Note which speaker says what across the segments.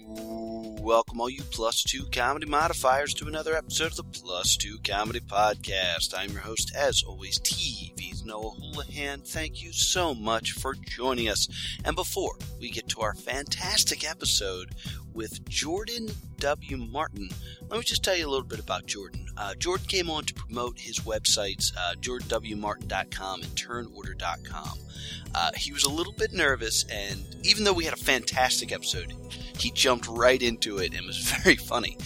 Speaker 1: Welcome, all you plus two comedy modifiers, to another episode of the Plus Two Comedy Podcast. I'm your host, as always, TV's Noah Houlihan. Thank you so much for joining us. And before we get to our fantastic episode with Jordan W. Martin, let me just tell you a little bit about Jordan. Uh, Jordan came on to promote his websites, uh, jordanwmartin.com and turnorder.com. Uh, he was a little bit nervous, and even though we had a fantastic episode, he jumped right into it and was very funny.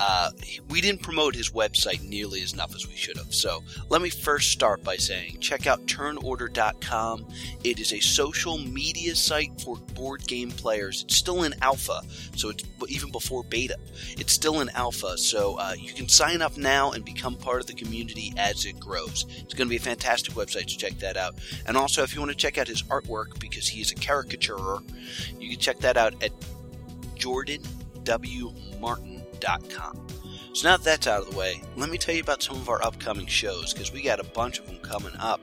Speaker 1: Uh, we didn't promote his website nearly as enough as we should have. So let me first start by saying check out turnorder.com. It is a social media site for board game players. It's still in alpha, so it's even before beta. It's still in alpha, so uh, you can sign up now and become part of the community as it grows. It's going to be a fantastic website, so check that out. And also, if you want to check out his artwork, because he is a caricaturer, you can check that out at jordanwmartin.com. So now that that's out of the way, let me tell you about some of our upcoming shows because we got a bunch of them coming up.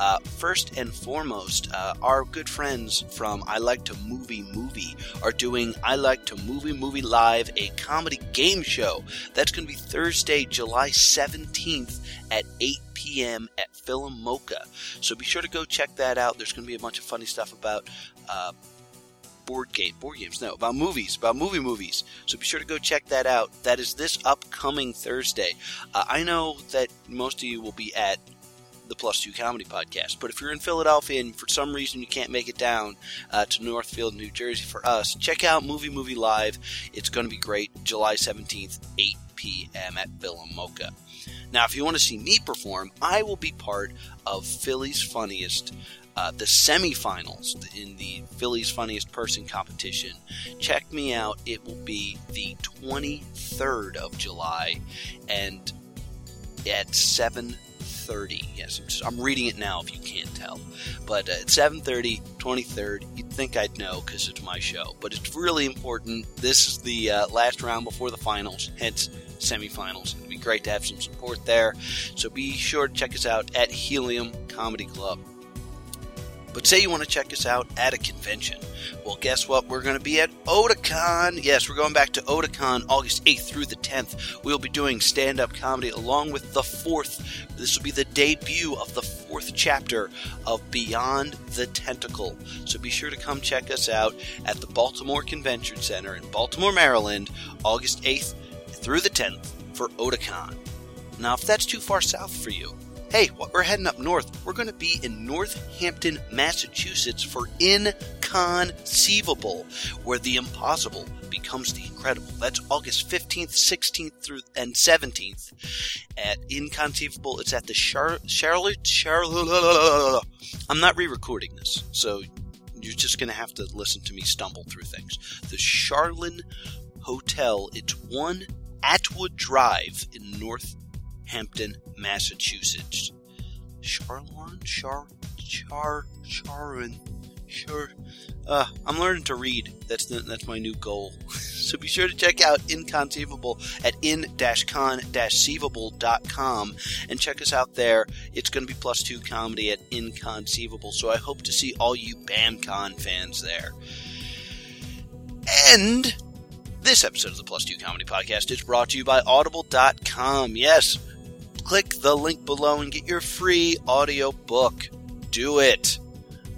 Speaker 1: Uh, first and foremost, uh, our good friends from I Like to Movie Movie are doing I Like to Movie Movie Live, a comedy game show. That's going to be Thursday, July 17th at 8 p.m. at Philomoka. So be sure to go check that out. There's going to be a bunch of funny stuff about. Uh, board game board games no about movies about movie movies so be sure to go check that out that is this upcoming thursday uh, i know that most of you will be at the plus two comedy podcast but if you're in philadelphia and for some reason you can't make it down uh, to northfield new jersey for us check out movie movie live it's going to be great july 17th 8 p.m at philomoka now if you want to see me perform i will be part of philly's funniest uh, the semifinals in the Phillies Funniest Person competition. Check me out. It will be the 23rd of July, and at 7:30. Yes, I'm, just, I'm reading it now. If you can't tell, but uh, at 7:30, 23rd, you'd think I'd know because it's my show. But it's really important. This is the uh, last round before the finals. Hence semifinals. It'd be great to have some support there. So be sure to check us out at Helium Comedy Club. But say you want to check us out at a convention. Well, guess what? We're going to be at Otakon. Yes, we're going back to Otakon August 8th through the 10th. We'll be doing stand up comedy along with the fourth. This will be the debut of the fourth chapter of Beyond the Tentacle. So be sure to come check us out at the Baltimore Convention Center in Baltimore, Maryland, August 8th through the 10th for Otakon. Now, if that's too far south for you, hey, we're heading up north. We're going to be in Northampton, Massachusetts for Inconceivable, where the impossible becomes the incredible. That's August 15th, 16th through and 17th at Inconceivable. It's at the Char- Charlotte Charlotte I'm not re-recording this. So you're just going to have to listen to me stumble through things. The Charlin Hotel. It's 1 Atwood Drive in North Hampton, Massachusetts. Charlon, Char, Char, Charon, Sure. Uh, I'm learning to read. That's the, that's my new goal. so be sure to check out Inconceivable at in-con-ceivable.com and check us out there. It's going to be plus two comedy at Inconceivable. So I hope to see all you BamCon fans there. And this episode of the Plus Two Comedy Podcast is brought to you by Audible.com. Yes, click the link below and get your free audio book. Do it.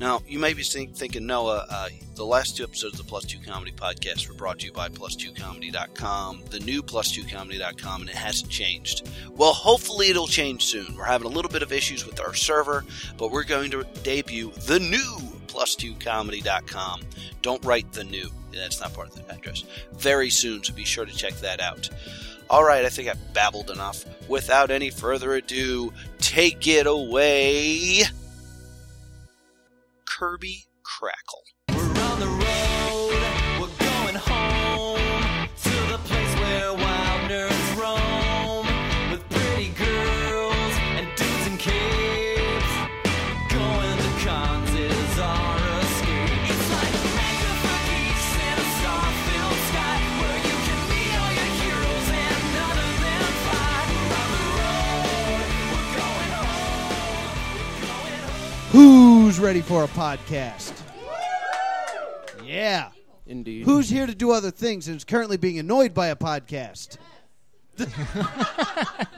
Speaker 1: Now, you may be think, thinking, Noah, uh, the last two episodes of the Plus Two Comedy Podcast were brought to you by Plus2Comedy.com, the new Plus2Comedy.com, and it hasn't changed. Well, hopefully it'll change soon. We're having a little bit of issues with our server, but we're going to debut the new plus2comedy.com. Don't write the new. That's not part of the address. Very soon, so be sure to check that out. All right, I think I've babbled enough. Without any further ado, take it away, Kirby Crackle.
Speaker 2: We're on the road, we're going home to the place where wild nerds roam with pretty girls and dudes in caves. Going to cons is our escape. It's like a mecca for geeks in a star-filled sky where you can meet all your heroes and none of them fly. We're on the road, we're going home, we're going home.
Speaker 3: Who's ready for a podcast? Yeah. Indeed.
Speaker 4: who's here to do other things and is currently being annoyed by a podcast.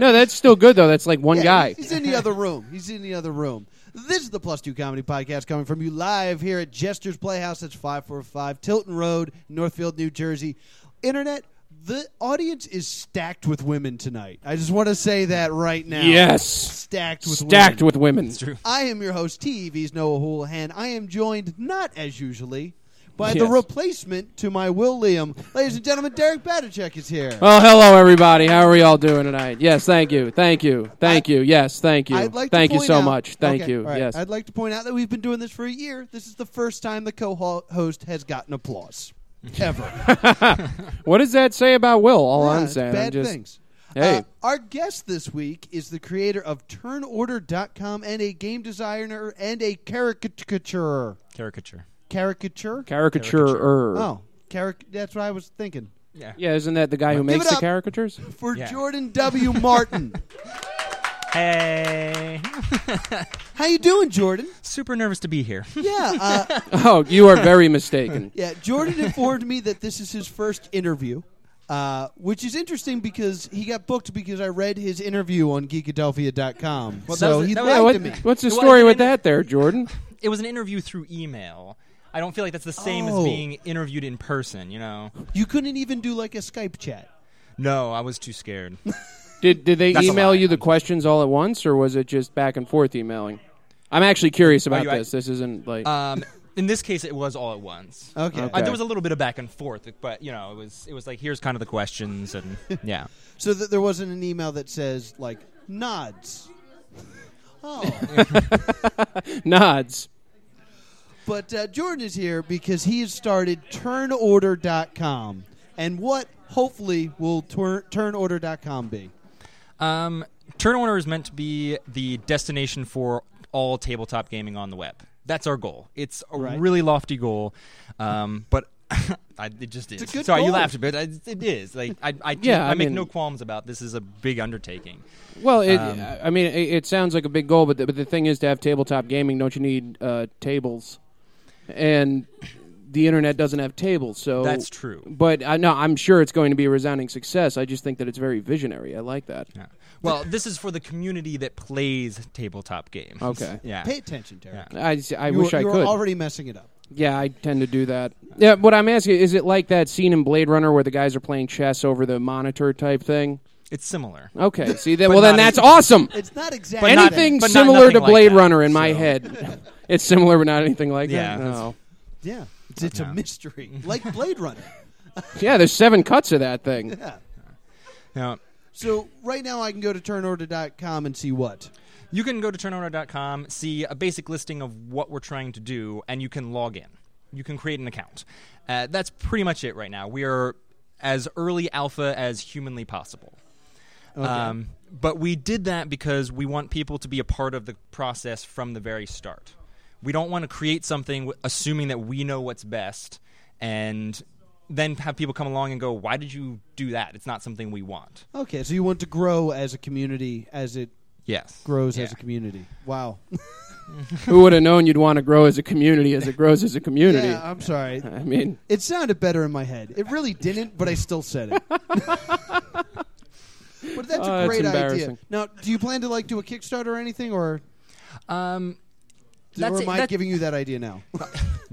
Speaker 3: No, that's still good though. That's like one
Speaker 4: Yeah,
Speaker 3: guy.
Speaker 4: He's in the other room. He's in the other room. This is the Plus Two Comedy Podcast coming from you live here at Jester's Playhouse. That's 545 Tilton Road, Northfield, New Jersey. Internet, the audience is stacked with women tonight. I just want to say that right now.
Speaker 3: Yes.
Speaker 4: Stacked with
Speaker 3: Stacked
Speaker 4: women.
Speaker 3: with women. It's
Speaker 5: true.
Speaker 4: I am your host, TV's Noah Houlihan. I am joined, not as usually, by the
Speaker 3: Yes.
Speaker 4: replacement to my William. Ladies and gentlemen, Derek Batacek is here.
Speaker 3: Well, hello everybody. How are we all doing tonight? Yes, thank you, thank you, thank you. Yes, thank you.
Speaker 4: I'd like
Speaker 3: thank
Speaker 4: to
Speaker 3: you
Speaker 4: point
Speaker 3: so
Speaker 4: out-
Speaker 3: much. Thank
Speaker 4: Okay,
Speaker 3: you.
Speaker 4: all right.
Speaker 3: Yes.
Speaker 4: I'd like to point out that we've been doing this for a year. This is the first time the co-host has gotten applause ever.
Speaker 3: What does that say about Will? All
Speaker 4: Yeah,
Speaker 3: I'm
Speaker 4: it's
Speaker 3: saying.
Speaker 4: bad
Speaker 3: I'm just,
Speaker 4: things.
Speaker 3: Hey.
Speaker 4: Uh, our guest this week is the creator of turnorder.com and a game designer and a caricature.
Speaker 5: Caricature.
Speaker 4: Caricature?
Speaker 3: Caricaturer.
Speaker 4: oh, caric- that's what I was thinking.
Speaker 5: Yeah.
Speaker 3: Yeah, isn't that the guy who
Speaker 4: Give
Speaker 3: makes
Speaker 4: it
Speaker 3: the
Speaker 4: up.
Speaker 3: caricatures?
Speaker 4: For
Speaker 5: Yeah.
Speaker 4: Jordan W. Martin.
Speaker 5: Hey.
Speaker 4: How you doing, Jordan?
Speaker 5: Super nervous to be here.
Speaker 4: Yeah, uh,
Speaker 3: Oh, you are very mistaken.
Speaker 4: Yeah, Jordan informed me that this is his first interview, uh, which is interesting because he got booked because I read his interview on geekadelphia.com. so
Speaker 5: was-
Speaker 4: he
Speaker 5: that
Speaker 4: lied
Speaker 5: was-
Speaker 3: Yeah,
Speaker 5: Lied
Speaker 3: what-
Speaker 4: to me.
Speaker 3: what's the
Speaker 5: It
Speaker 3: story
Speaker 5: wasn't
Speaker 3: with
Speaker 5: in-
Speaker 3: that there, Jordan?
Speaker 5: it was an interview through email. I don't feel like that's the same
Speaker 4: Oh.
Speaker 5: as being interviewed in person, you know?
Speaker 4: You couldn't even do like a Skype chat.
Speaker 5: No, I was too scared.
Speaker 3: Did did they
Speaker 5: That's a
Speaker 3: email
Speaker 5: lie.
Speaker 3: you the questions all at once, or was it just back and forth emailing? I'm actually curious about
Speaker 5: you- I-
Speaker 3: this. this isn't like
Speaker 5: um, in this case, it was all at once.
Speaker 4: Okay.
Speaker 5: Uh, there was a little bit of back and forth, but you know, it was it was like here's kind of the questions and yeah.
Speaker 4: So that there wasn't an email that says like nods. Oh,
Speaker 3: nods.
Speaker 4: but uh, Jordan is here because he has started turnorder.com. And what hopefully will tur- turnorder.com be?
Speaker 5: Um, Turn Order is meant to be the destination for all tabletop gaming on the web. That's our goal. It's a
Speaker 4: Right.
Speaker 5: really lofty goal, um, but I, it just is.
Speaker 4: good
Speaker 5: Sorry, you
Speaker 4: goal.
Speaker 5: laughed a bit. I, it is like I, I,
Speaker 3: Yeah, I
Speaker 5: I, make
Speaker 3: mean-
Speaker 5: no qualms about this. Is a big undertaking.
Speaker 3: Well, it,
Speaker 5: Um,
Speaker 3: I mean, it, it sounds like a big goal, but the, but the thing is, to have tabletop gaming, don't you need uh, tables? And the internet doesn't have tables, so
Speaker 5: That's true.
Speaker 3: But I no, I'm sure it's going to be a resounding success. I just think that it's very visionary. I like that.
Speaker 5: Yeah. Well, this is for the community that plays tabletop games.
Speaker 3: Okay.
Speaker 5: Yeah.
Speaker 4: Pay attention, Derek.
Speaker 3: I, s- I
Speaker 4: You
Speaker 3: wish
Speaker 4: were-
Speaker 3: I
Speaker 4: you were
Speaker 3: could.
Speaker 4: already messing it up.
Speaker 3: yeah, I tend to do that. Yeah, what I'm asking is, it like that scene in Blade Runner where the guys are playing chess over the monitor type thing?
Speaker 5: It's similar.
Speaker 3: Okay, see, then,
Speaker 5: But
Speaker 3: well, then
Speaker 5: not
Speaker 3: that's
Speaker 5: as-
Speaker 3: awesome.
Speaker 4: It's not exactly
Speaker 5: But not-
Speaker 3: anything
Speaker 5: but not
Speaker 3: similar
Speaker 5: nothing
Speaker 3: to
Speaker 5: like
Speaker 3: Blade
Speaker 5: that,
Speaker 3: Runner in my
Speaker 5: so.
Speaker 3: head. it's similar, but not anything like
Speaker 5: Yeah,
Speaker 3: that.
Speaker 5: that's-
Speaker 3: No.
Speaker 4: Yeah, it's, it's a mystery, like Blade Runner.
Speaker 3: Yeah, there's seven cuts of that thing.
Speaker 4: Yeah.
Speaker 5: Now,
Speaker 4: So right now I can go to turnorder.com and see what.
Speaker 5: you can go to turnorder.com, see a basic listing of what we're trying to do, and you can log in. You can create an account. Uh, that's pretty much it right now. We are as early alpha as humanly possible. Um, but we did that because we want people to be a part of the process from the very start. We don't want to create something w- assuming that we know what's best and then have people come along and go, why did you do that? It's not something we want.
Speaker 4: Okay, so you want to grow as a community as it
Speaker 5: Yes.
Speaker 4: grows as
Speaker 5: Yeah.
Speaker 4: a community. Wow.
Speaker 3: Who would have known you'd want to grow as a community as it grows as a community?
Speaker 4: yeah, I'm sorry.
Speaker 5: um,
Speaker 3: I mean,
Speaker 4: It sounded better in my head. It really didn't, but I still said it. but that's
Speaker 3: Oh,
Speaker 4: a
Speaker 3: that's
Speaker 4: great idea.
Speaker 3: embarrassing.
Speaker 4: Now, do you plan to like do a Kickstarter or anything, or,
Speaker 5: Um,
Speaker 4: or
Speaker 5: That's
Speaker 4: am
Speaker 5: it-
Speaker 4: I
Speaker 5: that-
Speaker 4: giving you that idea now?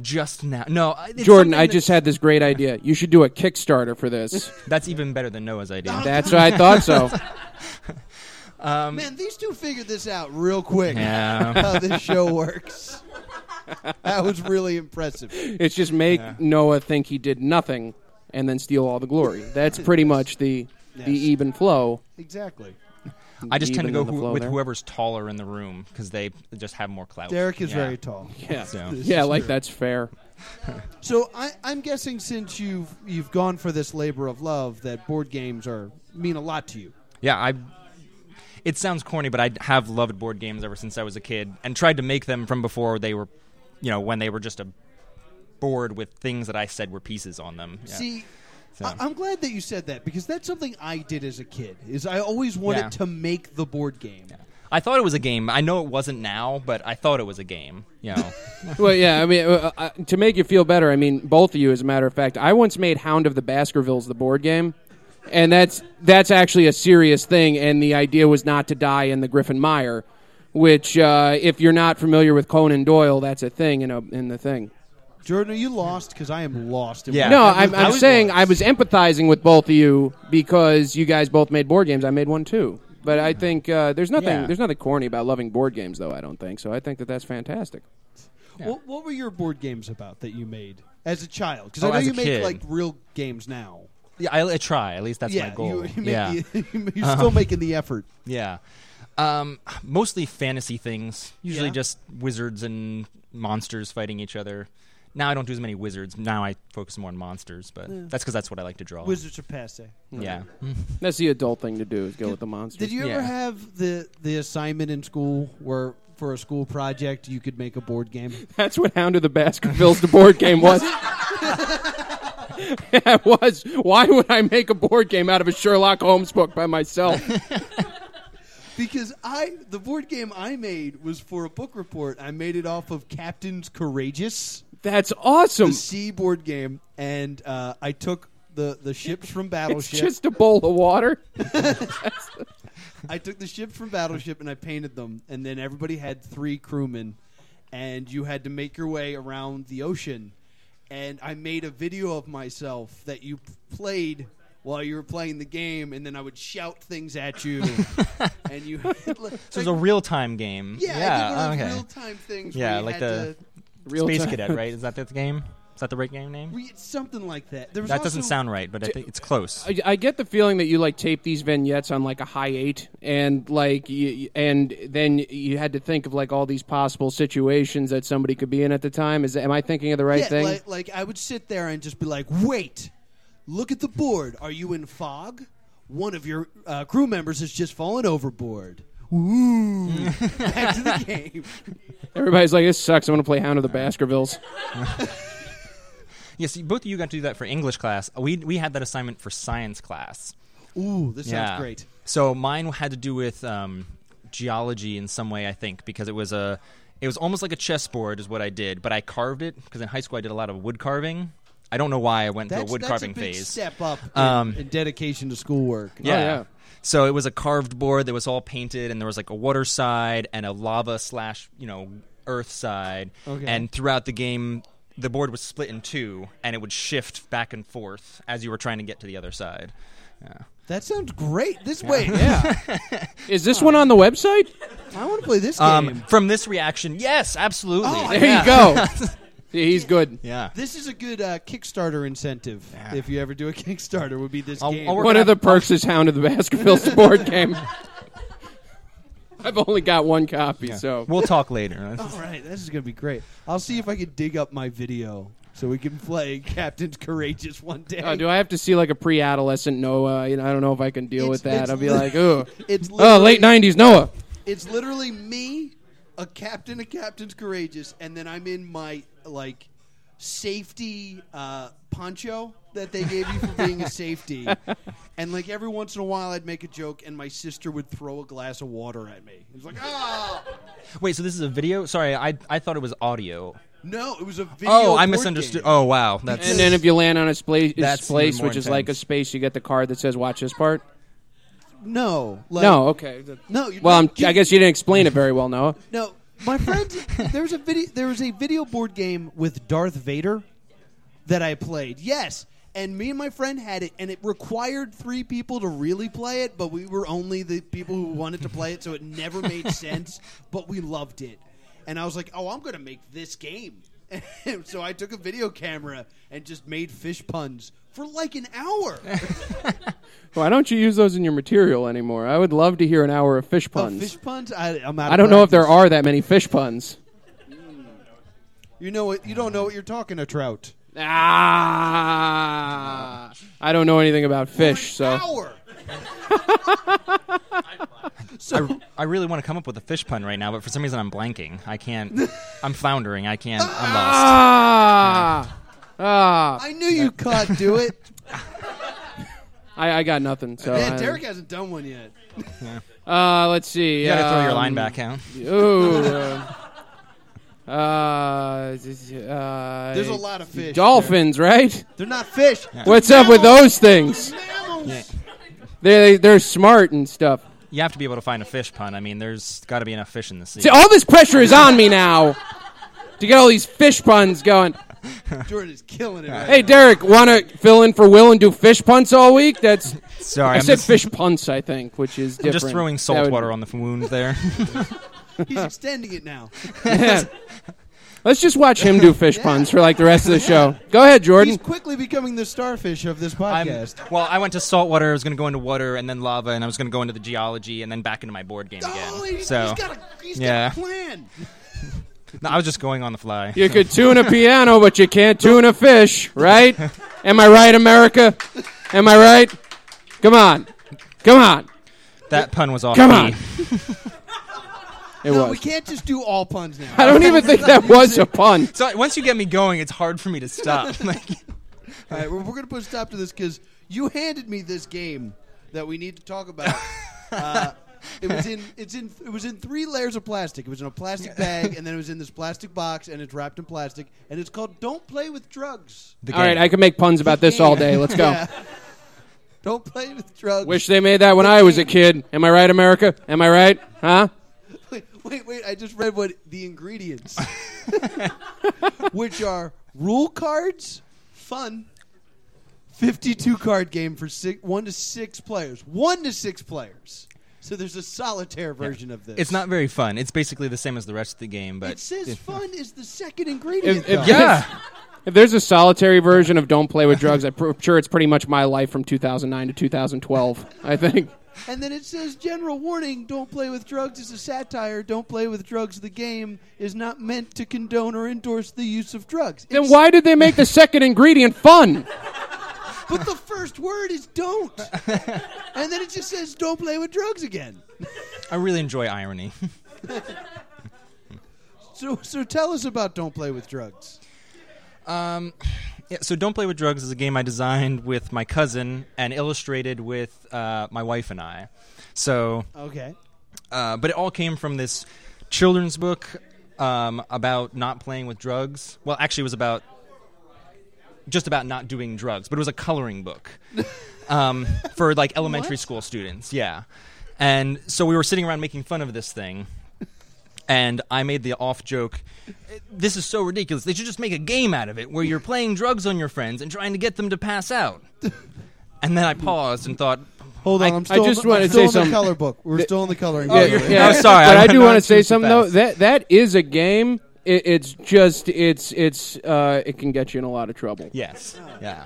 Speaker 5: just now. No, I- it's
Speaker 3: Jordan,
Speaker 5: something
Speaker 3: I
Speaker 5: that-
Speaker 3: just had this great idea. You should do a Kickstarter for this.
Speaker 5: That's even better than Noah's idea.
Speaker 3: That's what I thought so.
Speaker 4: Man, these two figured this out real quick.
Speaker 5: Um, yeah.
Speaker 4: How this show works. That was really impressive.
Speaker 3: It's just make Noah think he did nothing and then steal all the glory. That's pretty much the the
Speaker 4: Yes.
Speaker 3: even flow.
Speaker 4: Exactly.
Speaker 5: I just tend to
Speaker 3: Even
Speaker 5: go
Speaker 3: on the
Speaker 5: who,
Speaker 3: flow
Speaker 5: with
Speaker 3: there.
Speaker 5: whoever's taller in the room because they just have more clout.
Speaker 4: Derek is
Speaker 5: Yeah.
Speaker 4: very tall.
Speaker 3: Yeah,
Speaker 5: So-
Speaker 3: yeah, like that's fair.
Speaker 4: So I, I'm guessing since you've you've gone for this labor of love, that board games are mean a lot to you.
Speaker 5: Yeah, I. It sounds corny, but I have loved board games ever since I was a kid, and tried to make them from before they were, you know, when they were just a board with things that I said were pieces on them. Yeah.
Speaker 4: See,
Speaker 5: So-
Speaker 4: I, I'm glad that you said that because that's something I did as a kid. Is I always wanted
Speaker 5: Yeah.
Speaker 4: to make the board game.
Speaker 5: I thought it was a game. I know it wasn't now, but I thought it was a game. You know,
Speaker 3: well, yeah. I mean, uh, uh, to make you feel better, I mean, both of you, as a matter of fact, I once made Hound of the Baskervilles the board game, and that's that's actually a serious thing. And the idea was not to die in the Griffin Mire, which, uh, if you're not familiar with Conan Doyle, that's a thing in a, in the thing.
Speaker 4: Jordan, are you lost? Because I am lost. in
Speaker 5: Yeah.
Speaker 4: what-
Speaker 3: No,
Speaker 5: I
Speaker 3: I'm, I'm saying I was empathizing with both of you because you guys both made board games. I made one too. But I think uh, there's nothing
Speaker 5: Yeah.
Speaker 3: there's nothing corny about loving board games, though. I don't think so. I think that that's fantastic.
Speaker 4: What, what were your board games about that you made as a child? Because
Speaker 5: Oh,
Speaker 4: I know
Speaker 5: as a
Speaker 4: you make
Speaker 5: kid.
Speaker 4: like real games now.
Speaker 5: yeah, I, I try. At least that's
Speaker 4: yeah,
Speaker 5: my goal.
Speaker 4: You, you make
Speaker 5: yeah,
Speaker 4: the- you're
Speaker 3: Uh-huh.
Speaker 4: still making the effort.
Speaker 5: yeah. Um, mostly fantasy things. Usually
Speaker 4: Yeah.
Speaker 5: just wizards and monsters fighting each other. Now I don't do as many wizards. Now I focus more on monsters, but that's because that's what I like to draw.
Speaker 4: Wizards are passe.
Speaker 5: yeah. Mm-hmm.
Speaker 3: That's the adult thing to do is go with the monster.
Speaker 4: Did you
Speaker 5: Yeah.
Speaker 4: ever have the the assignment in school where for a school project you could make a board game?
Speaker 3: That's what Hound of the Baskervilles, the board game was. Yeah, it was. Why would I make a board game out of a Sherlock Holmes book by myself?
Speaker 4: Because I the board game I made was for a book report. I made it off of Captain's Courageous,
Speaker 3: That's awesome.
Speaker 4: the sea board game, and uh, I took the the ships from
Speaker 3: It's
Speaker 4: Battleship.
Speaker 3: just a bowl of water.
Speaker 4: I took the ships from Battleship and I painted them, and then everybody had three crewmen, and you had to make your way around the ocean. And I made a video of myself that you p- played while you were playing the game, and then I would shout things at you, and you. Had, like,
Speaker 5: So it's a real time game.
Speaker 4: yeah, I did one of those
Speaker 5: okay.
Speaker 4: real time things.
Speaker 5: Yeah,
Speaker 4: where you
Speaker 5: like
Speaker 4: had
Speaker 5: the-
Speaker 4: to-
Speaker 3: Real
Speaker 5: Space
Speaker 3: time.
Speaker 5: Cadet, right? Is that the game? Is that the right game name?
Speaker 4: we- something like that. There was
Speaker 5: That doesn't
Speaker 4: also-
Speaker 5: sound right, but I think it's close.
Speaker 3: I, I get the feeling that you like tape these vignettes on like a high eight, and like, you, and then you had to think of like all these possible situations that somebody could be in at the time. Is am I thinking of the right
Speaker 4: yeah,
Speaker 3: thing?
Speaker 4: Like, like I would sit there and just be like, "Wait, look at the board. Are you in fog? One of your uh, crew members has just fallen overboard." Ooh! Back to the game.
Speaker 3: Everybody's like, this sucks. I'm gonna play Hound of the Baskervilles.
Speaker 5: Yes, both of you got to do that for English class. We we had that assignment for science class.
Speaker 4: Ooh, this
Speaker 5: yeah.
Speaker 4: sounds great.
Speaker 5: So mine had to do with um, geology in some way, I think, because it was a it was almost like a chessboard is what I did, but I carved it because in high school I did a lot of wood carving. I don't know why I went
Speaker 4: That's,
Speaker 5: to a wood
Speaker 4: that's
Speaker 5: carving
Speaker 4: a big
Speaker 5: phase.
Speaker 4: Step up in,
Speaker 5: Um,
Speaker 4: in dedication to schoolwork. Oh,
Speaker 5: Yeah.
Speaker 3: Oh, yeah.
Speaker 5: So it was a carved board that was all painted, and there was like a water side and a lava slash, you know, earth side.
Speaker 4: Okay.
Speaker 5: And throughout the game, the board was split in two, and it would shift back and forth as you were trying to get to the other side. Yeah.
Speaker 4: That sounds great. This way,
Speaker 3: Yeah. Is this one on the website?
Speaker 4: I want to play this game.
Speaker 5: Um, from this reaction, yes, absolutely.
Speaker 4: Oh,
Speaker 3: There you go. See, he's good.
Speaker 5: Yeah.
Speaker 4: this is a good uh, Kickstarter incentive. If you ever do a Kickstarter, would be this
Speaker 5: I'll-
Speaker 4: game.
Speaker 5: I'll work-
Speaker 3: One
Speaker 5: gonna
Speaker 3: of the
Speaker 5: have-
Speaker 3: perks is Hound of the Baskervilles board game. I've only got one copy, so
Speaker 5: We'll talk later.
Speaker 4: All right, this is gonna be great. I'll see if I can dig up my video so we can play Captain Courageous one day.
Speaker 3: Uh, do I have to see like a pre-adolescent Noah? You know, I don't know if I can deal
Speaker 4: It's-
Speaker 3: with
Speaker 4: it's
Speaker 3: that. I'll be
Speaker 4: li-
Speaker 3: like, ooh,
Speaker 4: it's
Speaker 3: oh,
Speaker 4: literally-
Speaker 3: late '90s Noah.
Speaker 4: It's literally me, a captain of Captain's Courageous, and then I'm in my like safety uh, poncho that they gave you for being a safety. And like every once in a while, I'd make a joke, and my sister would throw a glass of water at me. It was like, ah,
Speaker 5: Wait, so this is a video? Sorry, I I thought it was audio.
Speaker 4: no, it was a video.
Speaker 5: Oh, I
Speaker 4: board
Speaker 5: misunderstood.
Speaker 4: game.
Speaker 5: Oh, wow. That's
Speaker 3: And then if you land on a space,
Speaker 5: That's
Speaker 3: space
Speaker 5: even more
Speaker 3: which is like a
Speaker 5: intense.
Speaker 3: space, you get the card that says "Watch this part."
Speaker 4: no, like,
Speaker 3: no, okay.
Speaker 4: no. you're
Speaker 3: Well, I'm,
Speaker 4: not-
Speaker 3: I guess you didn't explain it very well, Noah.
Speaker 4: No, my friend, there was a video. There was a video board game with Darth Vader that I played. Yes, and me and my friend had it, and it required three people to really play it, but we were only the people who wanted to play it, so it never made sense. But we loved it, and I was like, "Oh, I'm gonna make this game." And so I took a video camera and just made fish puns for like an hour.
Speaker 3: Why don't you use those in your material anymore? I would love to hear an hour of fish
Speaker 4: Oh,
Speaker 3: puns.
Speaker 4: fish puns? I, I'm out.
Speaker 3: I don't know if there are that many fish puns.
Speaker 4: You know what? You don't know what you're talking to trout.
Speaker 3: Ah, I don't know anything about fish, so
Speaker 4: Hour.
Speaker 5: I, I really want to come up with a fish pun right now, but for some reason I'm blanking. I can't. I'm floundering. I can't. I'm lost.
Speaker 3: ah, ah.
Speaker 4: I knew you could do it.
Speaker 3: I, I got nothing. So
Speaker 4: Man,
Speaker 3: I-
Speaker 4: Derek hasn't done one yet.
Speaker 3: Uh, let's see.
Speaker 5: You gotta throw your
Speaker 3: um,
Speaker 5: line back out.
Speaker 3: Oh. um, uh, this- uh,
Speaker 4: There's a lot of fish.
Speaker 3: Dolphins, right?
Speaker 4: They're not fish.
Speaker 3: What's up with those things?
Speaker 4: Mammals.
Speaker 3: They, they they're smart and stuff.
Speaker 5: You have to be able to find a fish pun. I mean, there's got to be enough fish in the sea.
Speaker 3: See, oh, all this pressure is on me now to get all these fish puns going.
Speaker 4: Jordan is killing it. Right
Speaker 3: Hey, Derek, want to fill in for Will and do fish punts all week? That's
Speaker 5: Sorry,
Speaker 3: I
Speaker 5: I'm
Speaker 3: said
Speaker 5: just,
Speaker 3: fish punts, I think, which is
Speaker 5: I'm
Speaker 3: different.
Speaker 5: just throwing salt water on the wound there.
Speaker 4: now. He's extending it now.
Speaker 3: Let's just watch him do fish puns for like the rest of the show. Go ahead, Jordan.
Speaker 4: He's quickly becoming the starfish of this
Speaker 5: I'm-
Speaker 4: podcast.
Speaker 5: well, I went to salt water. I was going to go into water and then lava, and I was going to go into the geology and then back into my board game again.
Speaker 4: Oh, he's,
Speaker 5: so
Speaker 4: he's got a, he's
Speaker 5: yeah.
Speaker 4: got a plan.
Speaker 5: no, I was just going on the fly.
Speaker 3: You could tune a piano, but you can't tune a fish, right? Am I right, America? Am I right? Come on, come on.
Speaker 5: That pun was off.
Speaker 3: Come
Speaker 5: key.
Speaker 3: on. It
Speaker 4: No, we
Speaker 3: was.
Speaker 4: can't just do all puns now.
Speaker 3: I don't even think that was a pun.
Speaker 5: So once you get me going, it's hard for me to stop. Like,
Speaker 4: All right, we're, we're going to put a stop to this because you handed me this game that we need to talk about. uh, it was in it's in it was in three layers of plastic. It was in a plastic bag, and then it was in this plastic box, and it's wrapped in plastic, and it's called "Don't Play with Drugs."
Speaker 5: the
Speaker 3: All right,
Speaker 5: game.
Speaker 3: I can make puns about this all day. Let's go.
Speaker 4: Yeah. Don't play with drugs.
Speaker 3: Wish they made that when I was a kid. Am I right, America? Am I right? Huh?
Speaker 4: wait, wait, wait! I just read what the ingredients, which are rule cards, fun, fifty-two card game for six, one to six players, one to six players. So there's a solitaire version of this.
Speaker 5: It's not very fun. It's basically the same as the rest of the game, but
Speaker 4: It says fun is the second ingredient.
Speaker 3: If, if,
Speaker 4: though.
Speaker 5: Yeah.
Speaker 3: If there's a solitary version of "Don't Play with Drugs," I'm pr- sure it's pretty much my life from 2009 to 2012. I think.
Speaker 4: And then it says general warning: don't play with drugs is a satire. Don't play with drugs. The game is not meant to condone or endorse the use of drugs.
Speaker 3: Then
Speaker 4: It's-
Speaker 3: why did they make the second ingredient fun?
Speaker 4: But the first word is don't. and then it just says don't play with drugs again.
Speaker 5: I really enjoy irony.
Speaker 4: So so tell us about don't play with drugs.
Speaker 5: Yeah, so Don't Play with Drugs is a game I designed with my cousin and illustrated with uh, my wife and I. So,
Speaker 4: Okay.
Speaker 5: uh, but it all came from this children's book um, about not playing with drugs. Well, actually, it was about just about not doing drugs, but it was a coloring book um, for like elementary school students. Yeah, and so we were sitting around making fun of this thing. And I made the off joke. This is so ridiculous. They should just make a game out of it where you're playing drugs on your friends and trying to get them to pass out. And then I paused and thought,
Speaker 4: Hold on, I, am still,
Speaker 3: just
Speaker 4: I'm
Speaker 3: wanted to
Speaker 4: still
Speaker 3: say
Speaker 4: in
Speaker 3: something.
Speaker 4: the color book. We're still in the Oh, coloring book.
Speaker 5: you're- yeah. I'm sorry,
Speaker 3: Oh, But
Speaker 5: I
Speaker 3: I do
Speaker 5: know
Speaker 3: want
Speaker 5: I'm
Speaker 3: to say
Speaker 5: too
Speaker 3: something
Speaker 5: fast.
Speaker 3: though. That that is a game. It, it's just it's it's uh, it can get you in a lot of trouble.
Speaker 5: yes, yeah,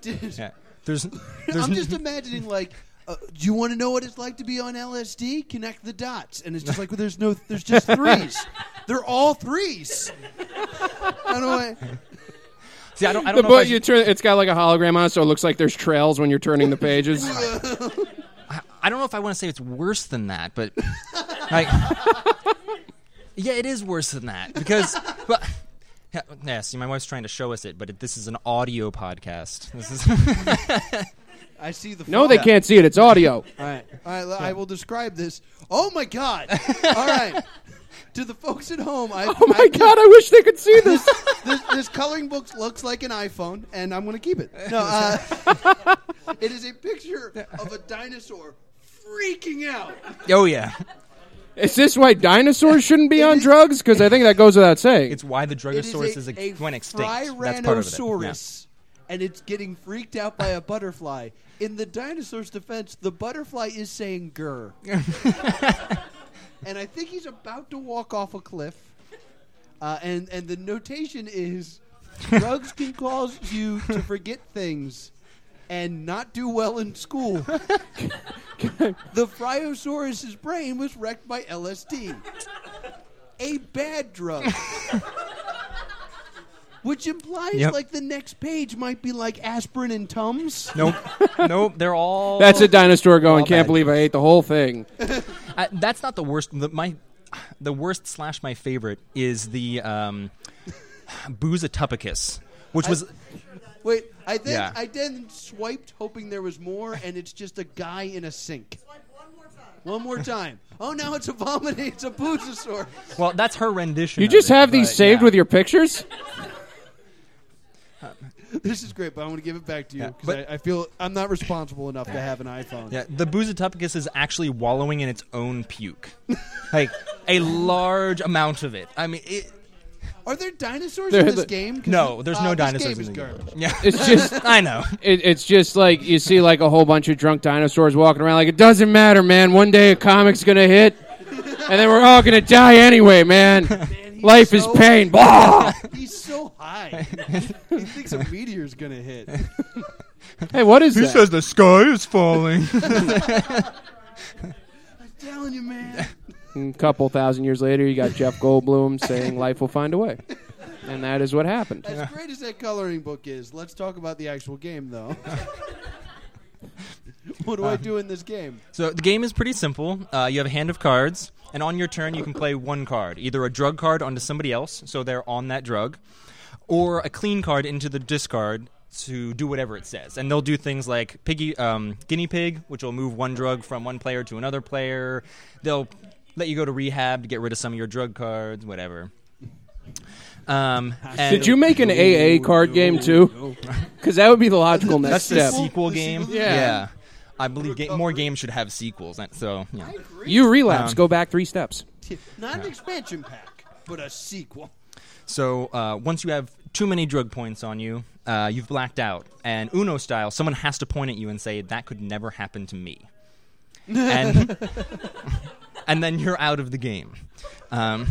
Speaker 4: Dude,
Speaker 5: yeah. There's, there's
Speaker 4: I'm just imagining like uh, do you want to know what it's like to be on LSD? Connect the dots, and it's just like well, there's no, there's just threes. They're all threes. I don't know.
Speaker 5: See, I don't, I don't
Speaker 3: The
Speaker 5: know if I
Speaker 3: book
Speaker 5: should-
Speaker 3: you turn, it's got like a hologram on, it, so it looks like there's trails when you're turning the pages.
Speaker 5: I don't know if I want to say it's worse than that, but like, yeah, it is worse than that because, well, yeah, yeah, see, my wife's trying to show us it, but it, this is an audio podcast. This is
Speaker 4: I see the.
Speaker 3: No, they
Speaker 4: font.
Speaker 3: can't see it. It's audio.
Speaker 4: All right. All right. I will describe this. Oh my god. All right. To the folks at home, I,
Speaker 3: Oh my
Speaker 4: I-
Speaker 3: god! I wish they could see this.
Speaker 4: This, this coloring book looks like an iPhone, and I'm going to keep it. No, uh, it is a picture of a dinosaur freaking out.
Speaker 5: oh yeah,
Speaker 3: Is this why dinosaurs shouldn't be on drugs? Because I think that goes without saying.
Speaker 5: it's why the
Speaker 4: It
Speaker 5: Drugosaurus is, ex- went extinct. That's part of it. Yeah.
Speaker 4: Tyrannosaurus, and it's getting freaked out by a butterfly. In the dinosaur's defense, the butterfly is saying "grr," and I think he's about to walk off a cliff. Uh, and and the notation is, drugs can cause you to forget things. And not do well in school. the Friosaurus's brain was wrecked by LSD, a bad drug. Which implies
Speaker 5: Yep.
Speaker 4: like the next page might be like aspirin and tums.
Speaker 5: Nope, nope, they're all.
Speaker 3: That's a dinosaur going.
Speaker 5: bad
Speaker 3: Can't believe I ate the whole thing.
Speaker 5: I, that's not the worst. The, my the worst slash my favorite is the um, Boozatopicus, which was
Speaker 4: Wait, I then
Speaker 5: Yeah.
Speaker 4: I then swiped hoping there was more, and it's just a guy in a sink. One more time. Oh, now it's a vomit. It's a boosasaur.
Speaker 5: Well, that's her rendition.
Speaker 3: You
Speaker 5: of
Speaker 3: just
Speaker 5: it,
Speaker 3: have these
Speaker 5: but
Speaker 3: saved
Speaker 5: yeah.
Speaker 3: with your pictures?
Speaker 4: This is great, but I want to give it back to you
Speaker 5: Yeah,
Speaker 4: because
Speaker 5: but-
Speaker 4: I, I feel I'm not responsible enough to have an iPhone.
Speaker 5: Yeah, the Boozatopicus is actually wallowing in its own puke, like a large amount of it. I mean, it,
Speaker 4: Are there dinosaurs
Speaker 3: They're
Speaker 4: in this
Speaker 3: the-
Speaker 4: game? 'Cause
Speaker 5: no,
Speaker 4: it-
Speaker 5: there's
Speaker 4: uh,
Speaker 5: no
Speaker 4: this
Speaker 5: dinosaurs
Speaker 4: game
Speaker 5: in
Speaker 4: is
Speaker 5: the
Speaker 4: garbage.
Speaker 5: game. Yeah,
Speaker 3: It's just
Speaker 5: I know.
Speaker 3: it, it's just like you see like a whole bunch of drunk dinosaurs walking around like it doesn't matter, man. One day a comic's gonna hit and then we're all gonna die anyway, man. Life is
Speaker 4: so-
Speaker 3: pain. Blah!
Speaker 4: He's so high. he thinks a meteor's gonna hit.
Speaker 3: hey, what is that?
Speaker 5: the sky is falling.
Speaker 4: telling you, man.
Speaker 3: A couple thousand years later, you got Jeff Goldblum saying life will find a way, and that is what happened.
Speaker 4: As great as that coloring book is, let's talk about the actual game, though. what do I do in this game?
Speaker 5: So the game is pretty simple. Uh, you have a hand of cards, and on your turn, you can play one card, either a drug card onto somebody else, so they're on that drug, or a clean card into the discard to do whatever it says. And they'll do things like piggy, um, guinea pig, which will move one drug from one player to another player. They'll let you go to rehab to get rid of some of your drug cards, whatever. Um, and
Speaker 3: Did you make an AA card game too? Because that would be the logical
Speaker 5: That's
Speaker 3: next
Speaker 5: the
Speaker 3: step.
Speaker 5: sequel
Speaker 4: The
Speaker 5: game.
Speaker 4: sequel?
Speaker 3: Yeah.
Speaker 5: I believe ga- more games should have sequels. and So yeah.
Speaker 3: You relapse. Go back three steps.
Speaker 4: Not an expansion pack, but a sequel.
Speaker 5: So uh, once you have too many drug points on you, uh, you've blacked out. And Uno style, someone has to point at you and say, "That could never happen to me," and and then you're out of the game. Um,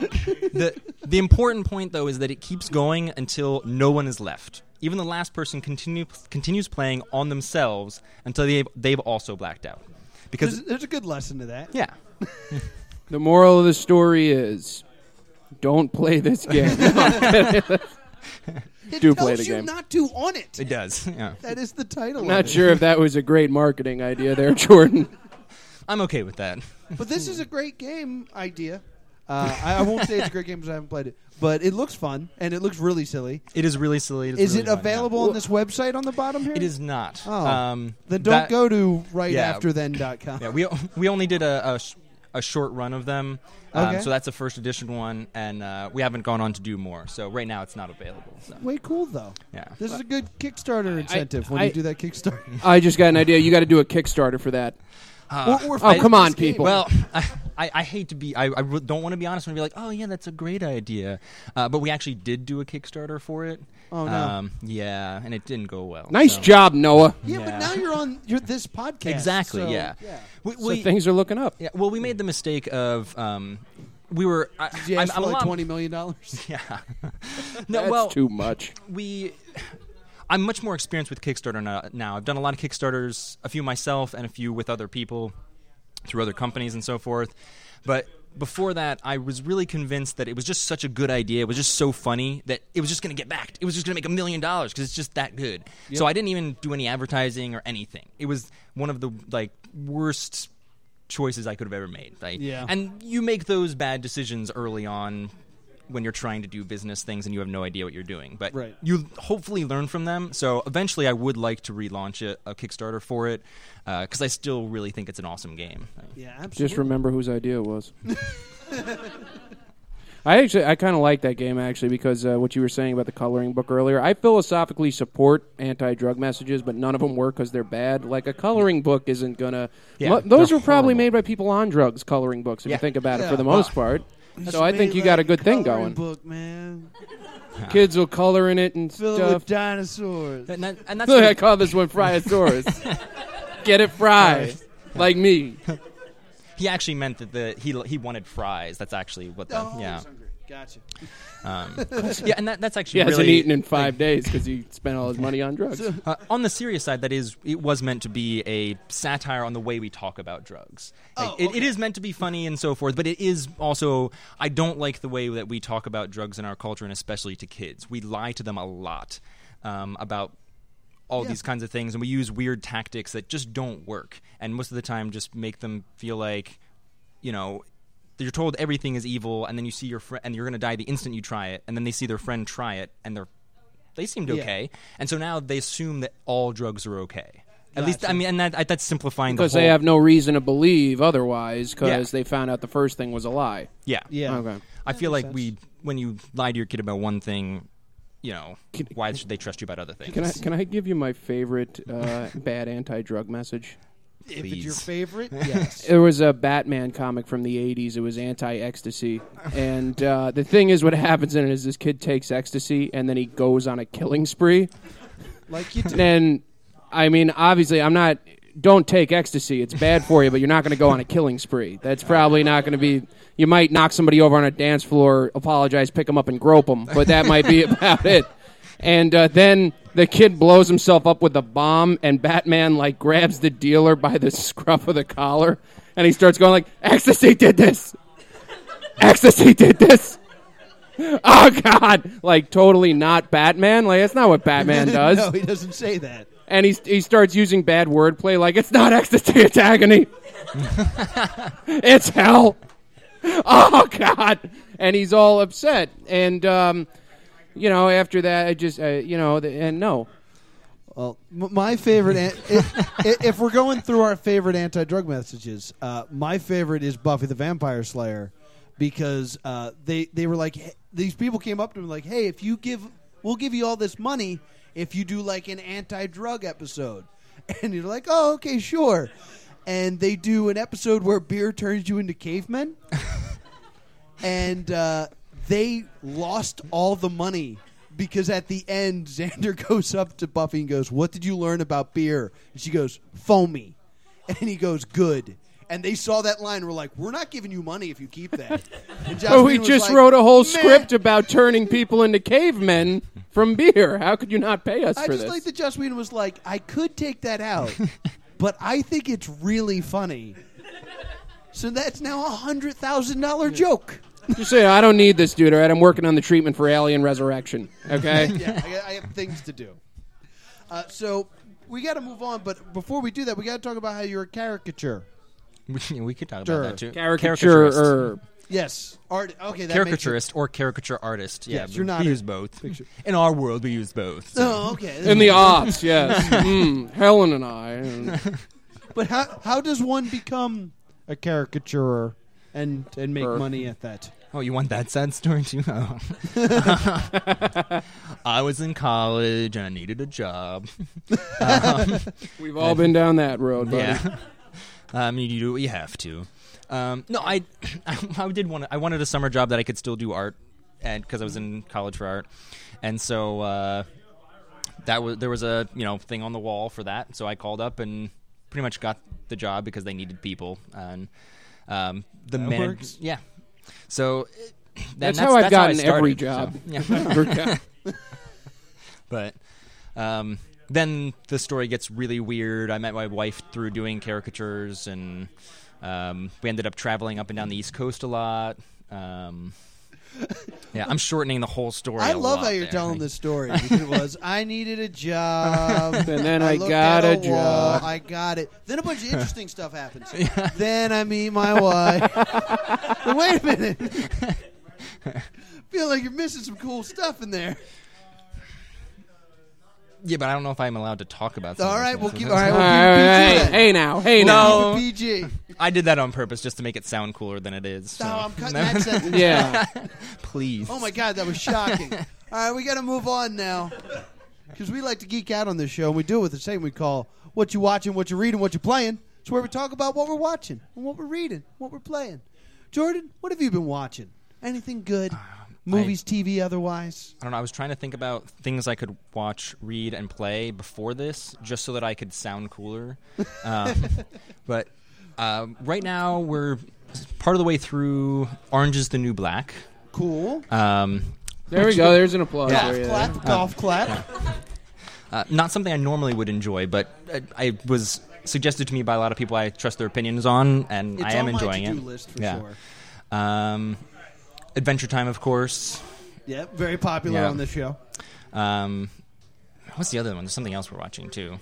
Speaker 5: the the important point though is that it keeps going until no one is left. Even the last person continue, continues playing on themselves until they've, they've also blacked out. Because
Speaker 4: There's, there's a good lesson to that.
Speaker 5: yeah,
Speaker 3: The moral of the story is, don't play this game.
Speaker 4: It
Speaker 3: Do
Speaker 4: tells
Speaker 3: play the
Speaker 4: you
Speaker 3: game.
Speaker 4: not to on it.
Speaker 5: it does. Yeah.
Speaker 4: That is the title.
Speaker 3: Not
Speaker 4: of
Speaker 3: sure if that was a great marketing idea there, Jordan.
Speaker 5: I'm okay with that.
Speaker 4: It. But this is a great game idea. Uh, I, I won't say it's a great game because I haven't played it, but it looks fun and it looks really silly.
Speaker 5: It is really silly. It is,
Speaker 4: Is
Speaker 5: really
Speaker 4: it
Speaker 5: fun, yeah.
Speaker 4: available on this website on the bottom here?
Speaker 5: It is not.
Speaker 4: Oh.
Speaker 5: Um,
Speaker 4: Then don't
Speaker 5: that-
Speaker 4: go to
Speaker 5: Yeah.
Speaker 4: rightafterthen.com.
Speaker 5: Yeah, we we only did a, a, sh- a short run of them, um,
Speaker 4: Okay.
Speaker 5: so that's the first edition one, and uh, we haven't gone on to do more. So right now it's not available. So.
Speaker 4: Way cool though.
Speaker 5: Yeah.
Speaker 4: This is a good Kickstarter incentive when
Speaker 3: I-
Speaker 4: you do that Kickstarter.
Speaker 3: I just got an idea. You got to do a Kickstarter for that.
Speaker 5: Uh,
Speaker 4: Or- or
Speaker 3: Oh,
Speaker 4: fight
Speaker 3: come
Speaker 4: this
Speaker 3: on,
Speaker 4: game.
Speaker 3: people.
Speaker 5: Well, I, I, I hate to be. I, I re- don't want to be honest and be like, oh yeah, that's a great idea, uh, but we actually did do a Kickstarter for it.
Speaker 4: Oh, no.
Speaker 5: Um, yeah, and it didn't go well.
Speaker 3: Nice
Speaker 5: so-
Speaker 3: job, Noah.
Speaker 4: Yeah, but
Speaker 5: Yeah.
Speaker 4: now you're on you're this podcast.
Speaker 5: Exactly.
Speaker 4: so-
Speaker 5: yeah. We,
Speaker 3: So
Speaker 5: we-
Speaker 3: things are looking up.
Speaker 5: yeah. Well, we made the mistake of. Um, we were. I,
Speaker 4: Did you
Speaker 5: I'm,
Speaker 4: ask
Speaker 5: I'm
Speaker 4: for
Speaker 5: a
Speaker 4: like
Speaker 5: lot-
Speaker 4: twenty million dollars?
Speaker 5: Yeah. no.
Speaker 3: That's
Speaker 5: well,
Speaker 3: too much.
Speaker 5: we I'm much more experienced with Kickstarter no- now. I've done a lot of Kickstarters, a few myself and a few with other people through other companies and so forth. But before that, I was really convinced that it was just such a good idea. It was just so funny that it was just going to get backed. It was just going to make a million dollars because it's just that good. So I didn't even do any advertising or anything. It was one of the like worst choices I could have ever made. Like,
Speaker 4: Yeah.
Speaker 5: And you make those bad decisions early on when you're trying to do business things and you have no idea what you're doing. But
Speaker 4: Right.
Speaker 5: you hopefully learn from them. So eventually, I would like to relaunch it, a Kickstarter for it because I still really think it's an awesome game.
Speaker 4: Yeah, absolutely.
Speaker 3: Just remember whose idea it was. I actually, I kind of like that game actually because uh, what you were saying about the coloring book earlier. I philosophically support anti-drug messages, but none of them work because they're bad. Like a coloring book isn't gonna.
Speaker 5: Yeah,
Speaker 3: Mo- those
Speaker 5: they're
Speaker 3: were probably
Speaker 5: horrible.
Speaker 3: made by people on drugs. Coloring books, if
Speaker 5: Yeah.
Speaker 3: you think about it,
Speaker 4: Yeah,
Speaker 3: for the
Speaker 4: well,
Speaker 3: most part. So I think you got a good thing going.
Speaker 4: Book man,
Speaker 3: Kids will color in it and
Speaker 4: filled
Speaker 3: stuff.
Speaker 4: with dinosaurs.
Speaker 5: And, that, and that's
Speaker 3: Look,
Speaker 5: what-
Speaker 3: I call this one Fryosaurus. Get it, fry, like me.
Speaker 5: he actually meant that the he he wanted fries. That's actually what the
Speaker 4: Oh,
Speaker 5: yeah
Speaker 4: he's hungry. Gotcha.
Speaker 5: um, yeah, and that, that's
Speaker 3: He
Speaker 5: actually
Speaker 3: hasn't
Speaker 5: really
Speaker 3: eaten in five days because he spent all his money on drugs.
Speaker 5: Uh, on the serious side, that is, it was meant to be a satire on the way we talk about drugs. Like, it, it is meant to be funny and so forth, but it is also. I don't like the way that we talk about drugs in our culture, and especially to kids. We lie to them a lot um, about all these kinds of things, and we use weird tactics that just don't work, and most of the time just make them feel like, you know. You're told everything is evil, and then you see your friend, and you're going to die the instant you try it. And then they see their friend try it, and they're they seemed okay. And so now they assume that all drugs are okay. At least, I mean, and that, that's simplifying
Speaker 3: because
Speaker 5: the whole.
Speaker 3: they have no reason to believe otherwise because
Speaker 5: Yeah.
Speaker 3: they found out the first thing was a lie.
Speaker 5: yeah,
Speaker 4: Yeah.
Speaker 3: Okay.
Speaker 5: I feel like we, when you lie to your kid about one thing, you know, why should they trust you about other things?
Speaker 3: Can I can I give you my favorite uh, bad anti drug message?
Speaker 4: If it's your
Speaker 5: Please.
Speaker 4: favorite, yes.
Speaker 3: There was a Batman comic from the '80s. It was anti ecstasy, and uh, the thing is, what happens in it is this kid takes ecstasy and then he goes on a killing spree.
Speaker 4: like you do.
Speaker 3: And I mean, obviously, I'm not. Don't take ecstasy; it's bad for you. But you're not going to go on a killing spree. That's probably not going to be. You might knock somebody over on a dance floor, apologize, pick them up, and grope them. But that might be about it. And uh, then the kid blows himself up with a bomb, and Batman like grabs the dealer by the scruff of the collar, and he starts going like, "Ecstasy did this. Ecstasy did this." Oh God! Like totally not Batman. Like that's not what Batman does
Speaker 4: no, he doesn't say that.
Speaker 3: and he he starts using bad wordplay like it's not ecstasy, it's agony, it's hell. Oh God! And he's all upset, and um, you know, after that, I just uh, you know, the, and no,
Speaker 4: Well, m- my favorite, an- if, if- if we're going through our favorite anti-drug messages, uh, my favorite is Buffy the Vampire Slayer because uh, they they were like "Hey," these people came up to me like, hey, if you give, we'll give you all this money if you do like an anti-drug episode, and you're like, oh, okay, sure. And they do an episode where beer turns you into cavemen, and uh, they lost all the money because at the end Xander goes up to Buffy and goes, "What did you learn about beer?" And she goes, "Foamy," and he goes, "Good." And they saw that line. and We're like, "We're not giving you money if you keep that." And Joss
Speaker 3: but we
Speaker 4: Whedon was
Speaker 3: Oh, just
Speaker 4: like,
Speaker 3: wrote a whole
Speaker 4: "Man,
Speaker 3: script about turning people into cavemen from beer. How could you not pay us
Speaker 4: I
Speaker 3: for
Speaker 4: just
Speaker 3: this?
Speaker 4: like that Joss Whedon was like, "I could take that out, but I think it's really funny." So that's now a hundred thousand dollar joke.
Speaker 3: just say I don't need this, dude. All right, I'm working on the treatment for Alien Resurrection. Okay.
Speaker 4: yeah, I, I have things to do. Uh, so we got to move on, but before we do that, we got to talk about how you're a caricature.
Speaker 5: We, we could talk
Speaker 4: Sure.
Speaker 5: about that too.
Speaker 3: Caricature or
Speaker 4: Yes, art. Okay, that Makes
Speaker 5: caricaturist or caricature artist. Yeah,
Speaker 4: Yes,
Speaker 5: but
Speaker 4: you're not
Speaker 5: We
Speaker 4: a
Speaker 5: use both. In our world, we use both.
Speaker 4: it, oh, okay.
Speaker 3: in the arts, yes. Mm, Helen and I. and-
Speaker 4: but how how does one become a caricaturer and and make
Speaker 3: Er.
Speaker 4: money at that?
Speaker 5: Oh, you want that sad story too? Oh. I was in college and I needed a job.
Speaker 3: We've all been down that road, buddy.
Speaker 5: Yeah. Uh, I mean, you do what you have to. Um, no, I, I, did want. I wanted a summer job that I could still do art, and because I was in college for art, and so uh, that was there was a you know thing on the wall for that. So I called up and pretty much got the job because they needed people, and um, the
Speaker 4: That
Speaker 5: man,
Speaker 4: works.
Speaker 5: yeah. So. it- then
Speaker 3: That's, how I've
Speaker 5: that's I
Speaker 3: gotten every
Speaker 5: started,
Speaker 3: job.
Speaker 5: so, yeah. but um, then the story gets really weird. I met my wife through doing caricatures, and um, we ended up traveling up and down the East Coast a lot. Um, yeah, I'm shortening the whole story.
Speaker 4: I
Speaker 5: a
Speaker 4: love
Speaker 5: lot
Speaker 4: how you're
Speaker 5: there.
Speaker 4: telling this story. because it was I needed a job,
Speaker 3: And then I
Speaker 4: looked
Speaker 3: got
Speaker 4: at
Speaker 3: a
Speaker 4: wall,
Speaker 3: job.
Speaker 4: I got it. Then a bunch of interesting stuff happens. Then I meet my wife. But Wait a minute. Feel like you're missing some cool stuff in there.
Speaker 5: Yeah, but I don't know if I'm allowed to talk about. Some of
Speaker 4: All
Speaker 5: those
Speaker 4: right,
Speaker 5: things.
Speaker 4: we'll keep. All right,
Speaker 3: All
Speaker 4: we'll
Speaker 3: right,
Speaker 4: keep
Speaker 3: hey,
Speaker 4: PG.
Speaker 3: hey now, hey now.
Speaker 5: No.
Speaker 4: then. PG.
Speaker 5: I did that on purpose just to make it sound cooler than it is. So.
Speaker 4: No, I'm cutting that sentence.
Speaker 3: Yeah.
Speaker 5: Please.
Speaker 4: Oh my god, that was shocking. All right, we got to move on now because we like to geek out on this show, and we do it with the same we call "What You Watching, What You Reading, What You Playing." It's where we talk about what we're watching and what we're reading, what we're playing. Jordan, what have you been watching? Anything
Speaker 5: Um,
Speaker 4: good? Movies, TV, otherwise.
Speaker 5: I don't know. I was trying to think about things I could watch, read, and play before this, just so that I could sound cooler. Um, but um, right now, we're part of the way through Orange is the New Black.
Speaker 4: Cool.
Speaker 5: Um,
Speaker 3: There we go. There's an applause.
Speaker 4: golf
Speaker 3: for you.
Speaker 4: clap, golf clap.
Speaker 5: uh, not something I normally would enjoy, but I, I was suggested to me by a lot of people I trust their opinions on, and
Speaker 4: It's
Speaker 5: I am
Speaker 4: on
Speaker 5: enjoying
Speaker 4: my to-do
Speaker 5: it.
Speaker 4: list for
Speaker 5: yeah.
Speaker 4: sure.
Speaker 5: Um, Adventure Time, of course.
Speaker 4: Yeah, very popular
Speaker 5: Yeah.
Speaker 4: on this show.
Speaker 5: Um, what's the other one? There's something else we're watching too.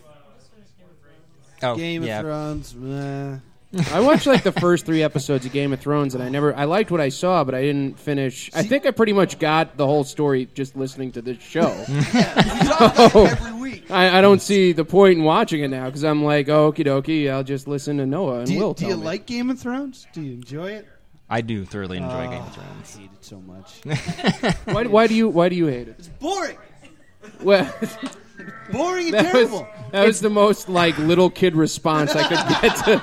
Speaker 5: Oh,
Speaker 4: Game
Speaker 5: yeah.
Speaker 4: of Thrones. meh.
Speaker 3: I watched like the first three episodes of Game of Thrones, and I never. I liked what I saw, but I didn't finish. I think I pretty much got the whole story just listening to this show.
Speaker 4: We talk about it every week.
Speaker 3: I, I don't see the point in watching it now because I'm like, oh, okie dokie, I'll just listen to Noah and
Speaker 4: Do you,
Speaker 3: Will
Speaker 4: do
Speaker 3: tell
Speaker 4: you
Speaker 3: me.
Speaker 4: like Game of Thrones? Do you enjoy it?
Speaker 5: I do thoroughly enjoy Game
Speaker 4: Oh.
Speaker 5: of Thrones.
Speaker 4: I hate it so much.
Speaker 3: Why, why do you Why do you hate it?
Speaker 4: boring,
Speaker 3: Well,
Speaker 4: boring and
Speaker 3: that was
Speaker 4: terrible.
Speaker 3: that was the most like little kid response I could get to.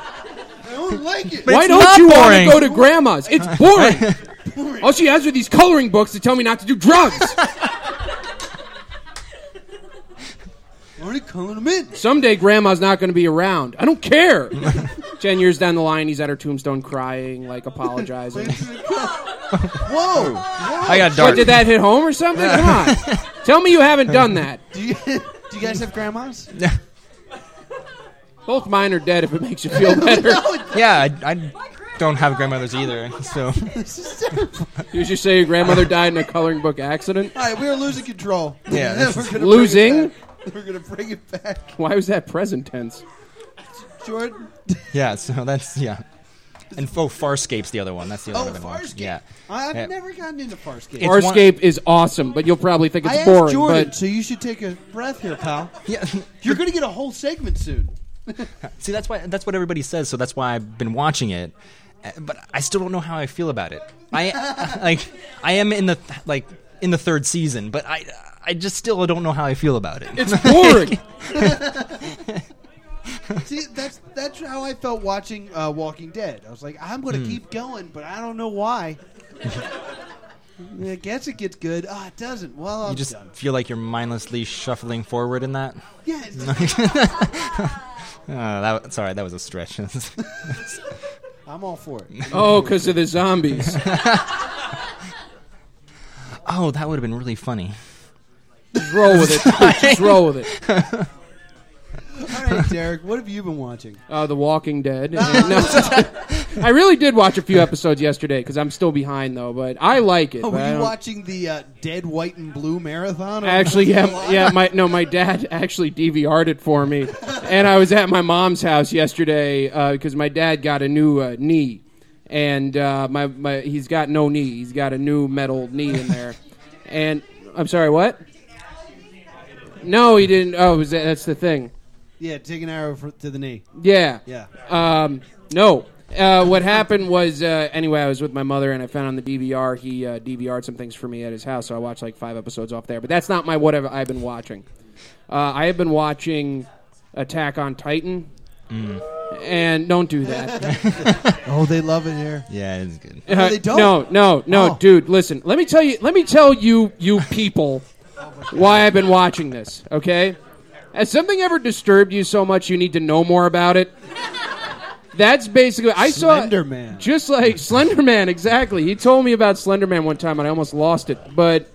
Speaker 4: I don't like it.
Speaker 3: Why
Speaker 5: it's
Speaker 3: don't
Speaker 5: not
Speaker 3: you want
Speaker 5: boring.
Speaker 3: to go to grandma's? It's boring. All she has are these coloring books to tell me not to do drugs.
Speaker 4: I'm already calling them in.
Speaker 3: Someday grandma's not going to be around. I don't care. Ten years down the line, he's at her tombstone crying, like apologizing.
Speaker 4: Whoa!
Speaker 5: I got
Speaker 3: what
Speaker 5: dark.
Speaker 3: did that hit home or something? Come on, tell me you haven't done that.
Speaker 4: Do you, do you guys have grandmas?
Speaker 3: Both mine are dead. If it makes you feel better,
Speaker 5: Yeah, I, I don't have grandmothers either. So
Speaker 4: This is terrible.
Speaker 3: you just say your grandmother died in a coloring book accident.
Speaker 4: All right, we are losing control.
Speaker 5: Yeah, this
Speaker 4: We're
Speaker 5: is-
Speaker 4: gonna bring it
Speaker 3: Losing?
Speaker 4: back. We're gonna bring it back,
Speaker 3: Why was that present tense?
Speaker 4: Jordan.
Speaker 5: yeah, so that's yeah. And oh, Farscape's the other one. That's the other
Speaker 4: Oh,
Speaker 5: one. I've been watching.
Speaker 4: Farscape.
Speaker 5: Yeah,
Speaker 4: I- I've
Speaker 5: Yeah.
Speaker 4: never gotten into Farscape.
Speaker 5: It's one-
Speaker 3: Farscape is awesome, but you'll probably think
Speaker 4: I
Speaker 3: it's
Speaker 4: asked
Speaker 3: boring.
Speaker 4: Jordan,
Speaker 3: But
Speaker 4: so you should take a breath here, pal.
Speaker 5: yeah.
Speaker 4: You're gonna get a whole segment soon.
Speaker 5: See, that's why that's what everybody says. So that's why I've been watching it, Uh, but I still don't know how I feel about it. I like I am in the th- like in the third season, but I I just still don't know how I feel about it.
Speaker 3: it's boring.
Speaker 4: See, that's that's how I felt watching uh, Walking Dead. I was like, I'm gonna
Speaker 3: Hmm.
Speaker 4: keep going, but I don't know why. I guess it gets good. Ah, it doesn't. Well, I'm
Speaker 5: you just
Speaker 4: done.
Speaker 5: feel like you're mindlessly shuffling forward in that.
Speaker 4: Yeah, it's
Speaker 5: Uh, that sorry, that was a stretch.
Speaker 4: I'm all for it.
Speaker 3: Oh, because of the zombies.
Speaker 5: oh, that would have been really funny.
Speaker 3: Just roll with it. Just roll with it.
Speaker 4: All right, Derek, what have you been watching?
Speaker 3: Uh, the Walking Dead. And- no, I really did watch a few episodes yesterday because I'm still behind though, but I like it.
Speaker 4: Oh,
Speaker 3: but I
Speaker 4: were you
Speaker 3: don't-
Speaker 4: watching the uh, Dead White and Blue marathon? on-
Speaker 3: Actually, yeah, yeah. My no, my dad actually DVR'd it for me, and I was at my mom's house yesterday uh, because my dad got a new uh, knee, and uh, my, my he's got no knee. He's got a new metal knee in there, and I'm sorry, what? No, he didn't. Oh, was that, that's the thing.
Speaker 4: yeah, take an arrow for, to the knee.
Speaker 3: Yeah.
Speaker 4: Yeah.
Speaker 3: Um, no. Uh, what happened was, uh, anyway, I was with my mother and I found on the DVR, he uh, DVR'd some things for me at his house, so I watched like five episodes off there. But that's not my what have I been watching. Uh, I have been watching Attack on Titan.
Speaker 4: Mm.
Speaker 3: And don't do that.
Speaker 4: Oh, they love it here.
Speaker 5: Yeah, it's good.
Speaker 3: Uh,
Speaker 4: they don't?
Speaker 3: No, no, no,
Speaker 4: Oh.
Speaker 3: dude. Listen, let me tell you. Let me tell you, you people, why I've been watching this. Okay, has something ever disturbed you so much you need to know more about it? That's basically. I saw
Speaker 4: Slenderman.
Speaker 3: just like Slenderman. Exactly. He told me about Slenderman one time, and I almost lost it. But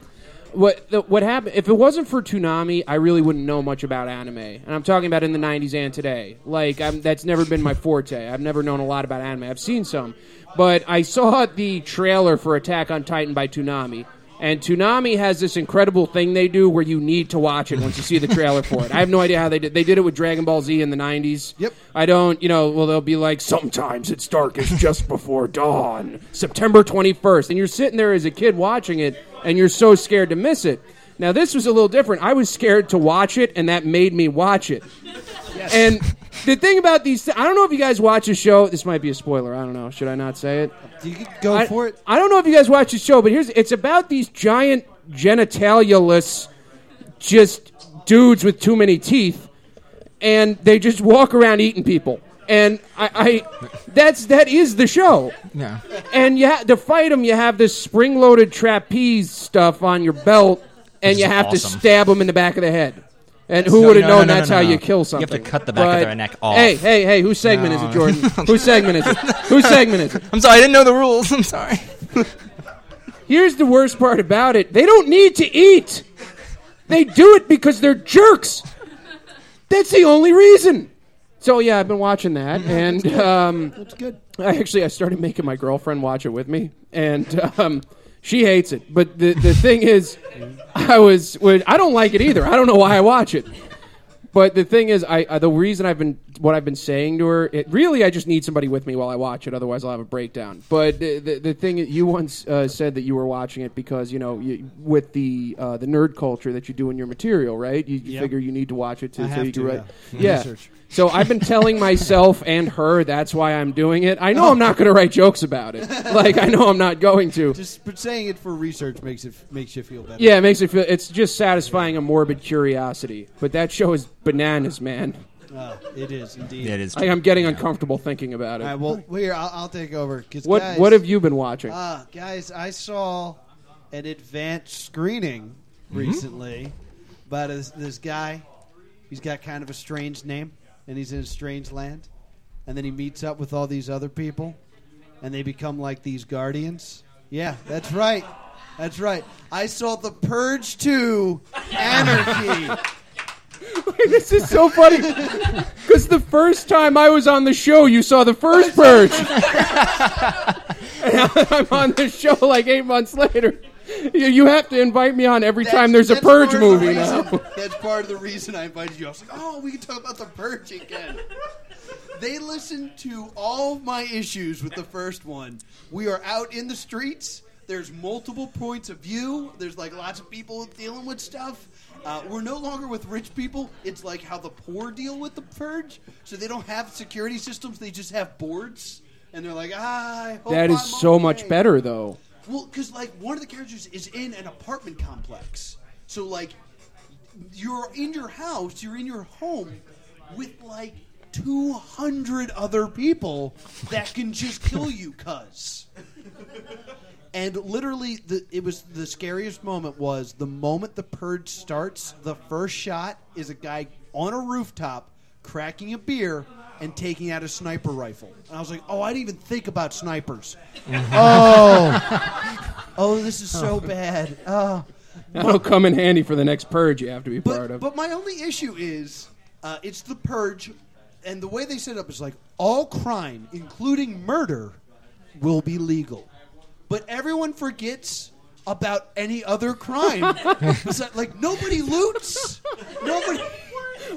Speaker 3: what the, what happened? If it wasn't for Toonami, I really wouldn't know much about anime. And I'm talking about in the '90s and today. Like I'm, that's never been my forte. I've never known a lot about anime. I've seen some, but I saw the trailer for Attack on Titan by Toonami. And Toonami has this incredible thing they do where you need to watch it once you see the trailer for it. I have no idea how they did. They did it with Dragon Ball Z in the '90s.
Speaker 4: Yep.
Speaker 3: I don't, you know. Well, they'll be like, sometimes it's darkest just before dawn, September 21st, and you're sitting there as a kid watching it, and you're so scared to miss it. Now, this was a little different. I was scared to watch it, and that made me watch it. And the thing about these, thi- I don't know if you guys watch the show. This might be a spoiler. I don't know. Should I not say it?
Speaker 4: Do you could go
Speaker 3: I,
Speaker 4: for it?
Speaker 3: I don't know if you guys watch the show, but here's it's about these giant genitalialess just dudes with too many teeth, and they just walk around eating people. And I, I that's that is the show.
Speaker 5: Yeah.
Speaker 3: And you ha- to fight them, you have this spring-loaded trapeze stuff on your belt, and
Speaker 5: This
Speaker 3: you
Speaker 5: is
Speaker 3: have
Speaker 5: awesome.
Speaker 3: to stab them in the back of the head. And who
Speaker 5: No,
Speaker 3: would have
Speaker 5: no, no,
Speaker 3: known
Speaker 5: no,
Speaker 3: that's
Speaker 5: no,
Speaker 3: how
Speaker 5: no.
Speaker 3: you
Speaker 5: You
Speaker 3: kill
Speaker 5: have to
Speaker 3: something?
Speaker 5: cut the back of their neck off.
Speaker 3: Hey, hey, hey! Whose segment is
Speaker 5: No.
Speaker 3: it, Jordan? whose segment is it? Whose segment is it?
Speaker 5: I'm sorry, I didn't know the rules. I'm sorry.
Speaker 3: Here's the worst part about it they don't need to eat. They do it because they're jerks. That's the only reason. So, yeah, I've been watching that. And um,
Speaker 4: That's good.
Speaker 3: I actually I started making my girlfriend watch it with me, and um, she hates it. But the the thing is, I was was- I don't like it either. I don't know why I watch it. But the thing is, I uh, the reason I've been what I've been saying to her. It, really, I just need somebody with me while I watch it. Otherwise, I'll have a breakdown. But the, the, the thing that you once uh, said that you were watching it because you know you, with the uh, the nerd culture that you do in your material, right? You, you
Speaker 4: Yep.
Speaker 3: figure you need to watch it to
Speaker 4: I
Speaker 3: so
Speaker 4: have
Speaker 3: you can
Speaker 4: to,
Speaker 3: write.
Speaker 4: yeah. Research.
Speaker 3: So I've been telling myself and her that's why I'm doing it. I know I'm not going to write jokes about it. Like I know I'm not going to.
Speaker 4: Just but saying it for research makes it makes you feel better.
Speaker 3: Yeah, it makes me feel. It's just satisfying a morbid curiosity. But that show is bananas, man.
Speaker 4: Uh, it is indeed.
Speaker 5: It is.
Speaker 3: Like I'm getting uncomfortable thinking about
Speaker 4: All right,
Speaker 3: it.
Speaker 4: well, here I'll, I'll take over. 'cause
Speaker 3: What
Speaker 4: guys,
Speaker 3: What have you been watching?
Speaker 4: Uh, guys, I saw an advanced screening recently about this, this guy. He's got kind of a strange name, and he's in a strange land. And then he meets up with all these other people, and they become like these guardians. Yeah, that's right. That's right. I saw The Purge 2 Anarchy.
Speaker 3: this is so funny because the first time I was on the show, you saw the first purge. And I'm on the show like eight months later. You, you have to invite me on every time there's a
Speaker 4: That's- that's
Speaker 3: purge
Speaker 4: part of the
Speaker 3: movie
Speaker 4: reason-
Speaker 3: now.
Speaker 4: That's part of the reason I invited you. I was like, oh, we can talk about the purge again. they listened to all of my issues with the first one. We are out in the streets. There's multiple points of view. There's like lots of people dealing with stuff. Uh, we're no longer with rich people. It's like how the poor deal with the purge. So they don't have security systems. They just have boards, and they're like, ah, I hope
Speaker 3: That is
Speaker 4: I'm
Speaker 3: so much
Speaker 4: okay."
Speaker 3: better, though.
Speaker 4: Well, because like one of the characters is in an apartment complex, so like you're in your house, you're in your home with like 200 other people that can just kill you, cuz. And literally, the, it was the scariest moment was the moment the purge starts. The first shot is a guy on a rooftop cracking a beer and taking out a sniper rifle. And I was like, "Oh, I didn't even think about snipers." oh, oh, this is so bad. Oh.
Speaker 3: That'll come in handy for the next purge you have to be part
Speaker 4: But,
Speaker 3: of.
Speaker 4: but my only issue is uh, it's the purge, and the way they set it up is like all crime, including murder, will be legal. But everyone forgets about any other crime. It's like- like nobody loots. Nobody.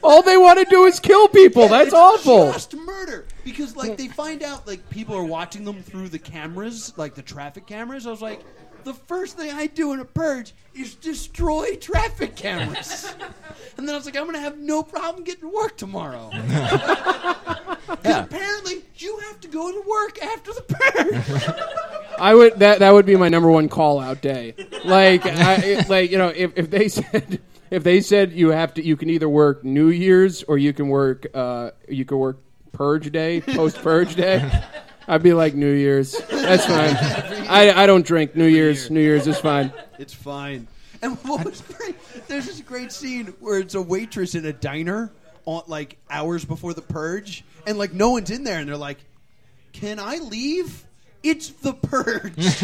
Speaker 3: All they want to do is kill people. That's
Speaker 4: It's
Speaker 3: awful.
Speaker 4: Just murder, because like they find out like people are watching them through the cameras, like the traffic cameras. I was like, the first thing I do in a purge is destroy traffic cameras, and then I was like, I'm gonna have no problem getting to work tomorrow. Because apparently you have to go to work after the purge.
Speaker 3: I would that that would be my number one call out day. Like I, like you know if, if they said if they said you have to you can either work New Year's or you can work uh, you can work Purge Day post Purge Day. I'd be like New Year's. That's fine. I, I don't drink New Year's. New Year's is fine.
Speaker 4: It's fine. And what was great? There's this great scene where it's a waitress in a diner on like hours before the purge, and like no one's in there, and they're like, "Can I leave? It's the purge."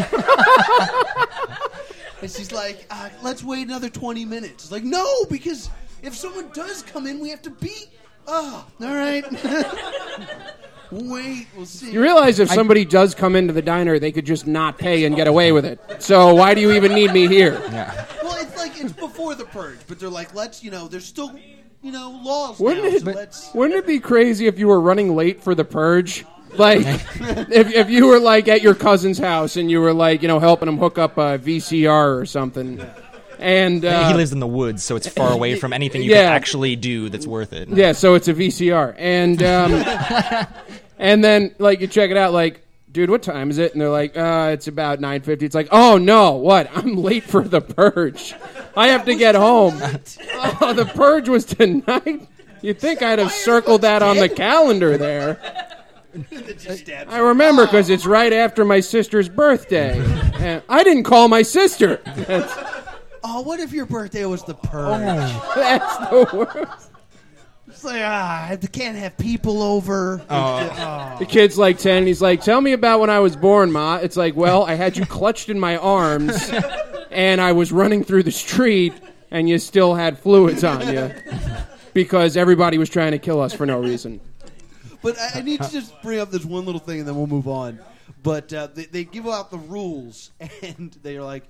Speaker 4: and she's like, uh, "Let's wait another 20 minutes." It's like, no, because if someone does come in, we have to beat. Oh, all right. wait, we'll see.
Speaker 3: You realize if somebody does come into the diner, they could just not pay and get away with it. So why do you even need me here?
Speaker 5: yeah.
Speaker 4: Well, it's like it's before the purge, but they're like, let's, you know, there's still, you know, laws
Speaker 3: Wouldn't
Speaker 4: now,
Speaker 3: it,
Speaker 4: so let's.
Speaker 3: wouldn't it be crazy if you were running late for the purge? Like, if, if you were like at your cousin's house and you were like, you know, helping him hook up a VCR or something, and uh,
Speaker 5: he lives in the woods, so it's far away from anything you
Speaker 3: Yeah.
Speaker 5: can actually do that's worth it.
Speaker 3: yeah, so it's a VCR, and um, and then like you check it out, like, dude, what time is it? And they're like, uh, it's about nine fifty. It's like, oh no, what? I'm late for the purge. I have to get home. oh, the purge was tonight. You'd think I'd have circled that on the calendar there. I remember because it's right after my sister's birthday. And I didn't call my sister. That's,
Speaker 4: Oh, what if your birthday was the purge?
Speaker 3: Oh. that's the worst.
Speaker 4: It's like, ah, I can't have people over.
Speaker 3: The kid's like 10, and he's like, Tell me about when I was born, Ma. It's like, Well, I had you clutched in my arms, and I was running through the street, and you still had fluids on you because everybody was trying to kill us for no reason.
Speaker 4: But I, I need to just bring up this one little thing, and then we'll move on. But uh, they, they give out the rules, and they're like,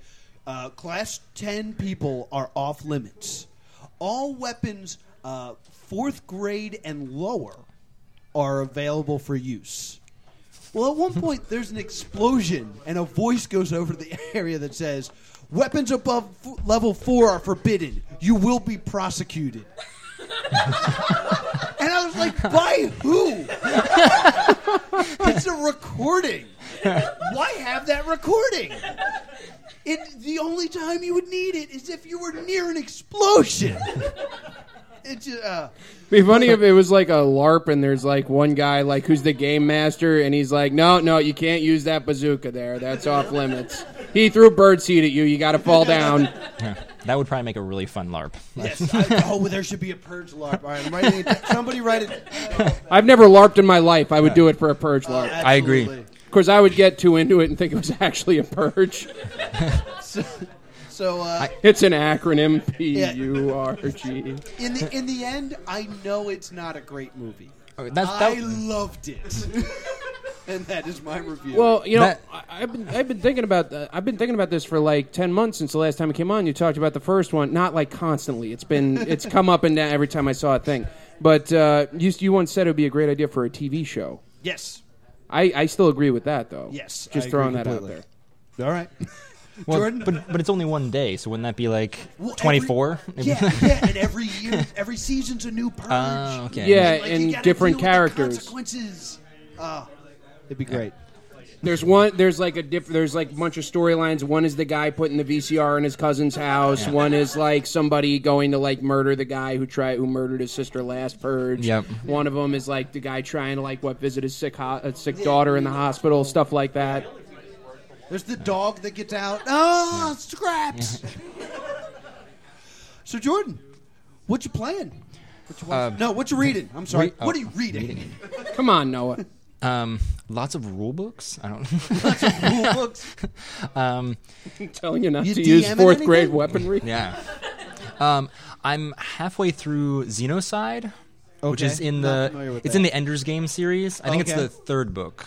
Speaker 4: uh, class ten people are off limits. All weapons, uh, fourth grade and lower, are available for use. Well, at one point, there's an explosion, and a voice goes over the area that says, Weapons above f- level four are forbidden. You will be prosecuted. and I was like, By who? it's a recording. Why have that recording? It, the only time you would need it is if you were near an explosion. It's uh,
Speaker 3: Be funny if it was like a LARP and there's like one guy like who's the game master and he's like, no, no, you can't use that bazooka there. That's off limits. He threw birdseed at you. You got to fall down.
Speaker 5: That would probably make a really fun LARP.
Speaker 4: yes. I, oh, well, there should be a purge LARP. All right, I'm writing it. down. Somebody write it.
Speaker 3: I've never LARPed in my life. I would do it for a purge LARP.
Speaker 5: I agree.
Speaker 4: Absolutely.
Speaker 3: Of course, I would get too into it and think it was actually a purge.
Speaker 4: So, so uh,
Speaker 3: It's an acronym P U R G.
Speaker 4: in the in the end, I know it's not a great movie.
Speaker 5: Okay, that's-
Speaker 4: I
Speaker 5: that-
Speaker 4: loved it, and that is my review.
Speaker 3: Well, you know,
Speaker 5: That-
Speaker 3: I, I've been I've been thinking about the, I've been thinking about this for like ten months since the last time it came on. You talked about the first one, not like constantly. It's been it's come up and down every time I saw a thing. But uh, you you once said it would be a great idea for a TV show.
Speaker 4: yes,
Speaker 3: I, I still agree with that though.
Speaker 4: yes. I
Speaker 3: just
Speaker 4: agree
Speaker 3: throwing that out
Speaker 4: completely.
Speaker 3: there.
Speaker 4: All right.
Speaker 5: Well,
Speaker 4: Jordan?
Speaker 5: but but it's only one day, so wouldn't that be like
Speaker 4: Well, every-
Speaker 5: twenty four?
Speaker 4: yeah, yeah, and every year, every season's a new purge.
Speaker 5: Oh, okay.
Speaker 3: Yeah,
Speaker 4: Like, you
Speaker 3: and
Speaker 4: gotta deal with
Speaker 3: different
Speaker 4: the
Speaker 3: characters.
Speaker 4: consequences. Ah, it'd be great.
Speaker 3: There's one. There's like a diff. There's like a bunch of storylines. One is the guy putting the VCR in his cousin's house. One is like somebody going to like murder the guy who tried who murdered his sister last purge.
Speaker 5: Yep.
Speaker 3: One of them is like the guy trying to like what visit his sick ho- uh, sick daughter in the hospital. Stuff like that.
Speaker 4: There's the dog that gets out. Ah, scraps. so Jordan, what you playing? What you watching? no, what you reading? I'm sorry.
Speaker 5: Um, re-
Speaker 4: what
Speaker 5: oh,
Speaker 4: are you reading?
Speaker 3: Come on, Noah.
Speaker 5: Um, lots of rule books. I don't.
Speaker 4: Rule books.
Speaker 5: um,
Speaker 3: I'm telling you not
Speaker 4: You
Speaker 3: to use
Speaker 4: DMing
Speaker 3: fourth grade
Speaker 4: anything?
Speaker 3: weaponry.
Speaker 5: yeah. Um, I'm halfway through Xenocide, which
Speaker 4: Okay.
Speaker 5: is in
Speaker 4: Not
Speaker 5: the
Speaker 4: familiar with
Speaker 5: it's
Speaker 4: that.
Speaker 5: in the Ender's Game series. I think it's
Speaker 4: Okay.
Speaker 5: the third book.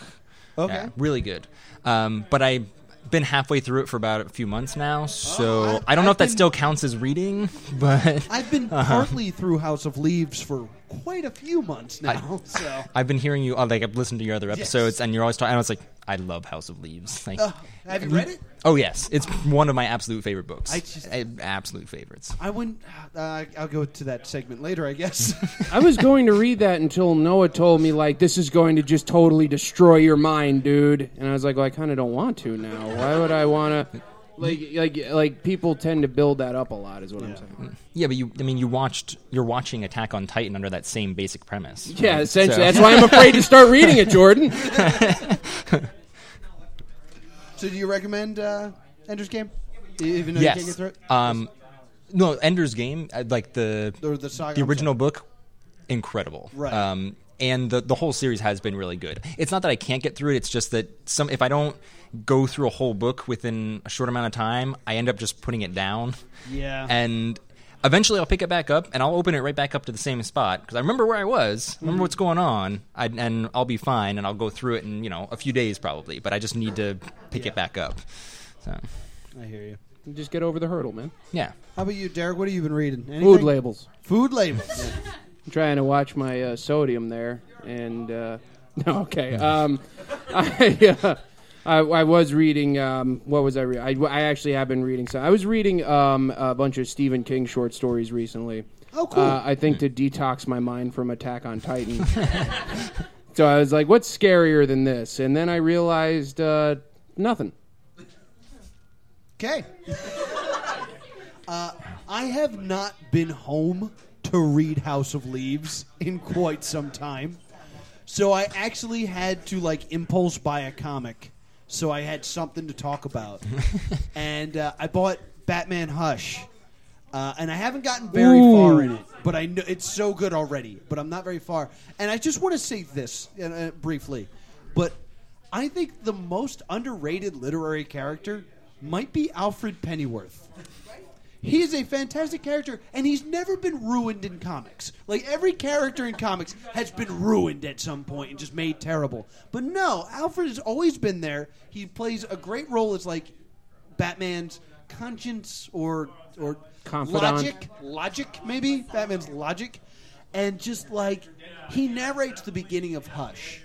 Speaker 4: Okay.
Speaker 5: Yeah, really good. Um, but I've been halfway through it for about a few months now, so
Speaker 4: Oh, I-
Speaker 5: I, don't know
Speaker 4: I've
Speaker 5: if that
Speaker 4: been-
Speaker 5: still counts as reading, but
Speaker 4: I've been
Speaker 5: Uh-huh.
Speaker 4: partly through House of Leaves for quite a few months now. so
Speaker 5: I've been hearing you. uh, Like I've listened to your other episodes,
Speaker 4: Yes.
Speaker 5: and you're always talking. And I was like, I love House of Leaves. Like,
Speaker 4: Uh, have you read it?
Speaker 5: oh yes, it's one of my absolute favorite books.
Speaker 4: I just-
Speaker 5: Uh, absolute favorites.
Speaker 4: I wouldn't. Uh, I'll go to that segment later, I guess.
Speaker 3: I was going to read that until Noah told me like this is going to just totally destroy your mind, dude. And I was like, well, I kind of don't want to now. Why would I want to? Like, like, like people tend to build that up a lot, is what I'm saying.
Speaker 5: Yeah, but you. I mean, you watched. You're watching Attack on Titan under that same basic premise.
Speaker 3: Yeah,
Speaker 5: Right?
Speaker 3: essentially,
Speaker 5: So-
Speaker 3: that's why I'm afraid to start reading it, Jordan.
Speaker 4: so, do you recommend uh, Ender's Game? E-, Even though you can't get
Speaker 5: yes.
Speaker 4: through it,
Speaker 5: Um, no, Ender's Game. uh, Like the
Speaker 4: or the saga.
Speaker 5: the
Speaker 4: I'm
Speaker 5: original book, incredible.
Speaker 4: Right.
Speaker 5: Um, and the the whole series has been really good. It's not that I can't get through it. It's just that some if I don't go through a whole book within a short amount of time, I end up just putting it down.
Speaker 4: Yeah.
Speaker 5: And eventually, I'll pick it back up and I'll open it right back up to the same spot because I remember where I was,
Speaker 4: Mm-hmm.
Speaker 5: remember what's going on, I, and I'll be fine. And I'll go through it in you know a few days probably. But I just need to pick it back up. So
Speaker 4: sorry. I hear you.
Speaker 3: Just get over the hurdle, man.
Speaker 5: yeah.
Speaker 4: How about you, Derek? What have you been reading? Anything?
Speaker 3: Food labels.
Speaker 4: Food labels.
Speaker 3: I'm trying to watch my uh, sodium there, and uh, no, okay. Um, I, uh, I, I was reading. Um, what was I reading? I, I actually have been reading. So I was reading um, a bunch of Stephen King short stories recently.
Speaker 4: Oh, cool.
Speaker 3: Uh, I think to detox my mind from Attack on Titan. so I was like, "What's scarier than this?" And then I realized uh, nothing.
Speaker 4: Okay. uh, I have not been home to read House of Leaves in quite some time. So I actually had to like impulse buy a comic so I had something to talk about. and uh, I bought Batman Hush. Uh, and I haven't gotten very far in it, but I know it's so good already. But I'm not very far, and I just want to say this uh, uh, briefly. But I think the most underrated literary character might be Alfred Pennyworth. He is a fantastic character, and he's never been ruined in comics. Like every character in comics has been ruined at some point and just made terrible. But no, Alfred has always been there. He plays a great role as like Batman's conscience or or
Speaker 3: Confidant.
Speaker 4: logic, logic maybe Batman's logic, and just like he narrates the beginning of Hush,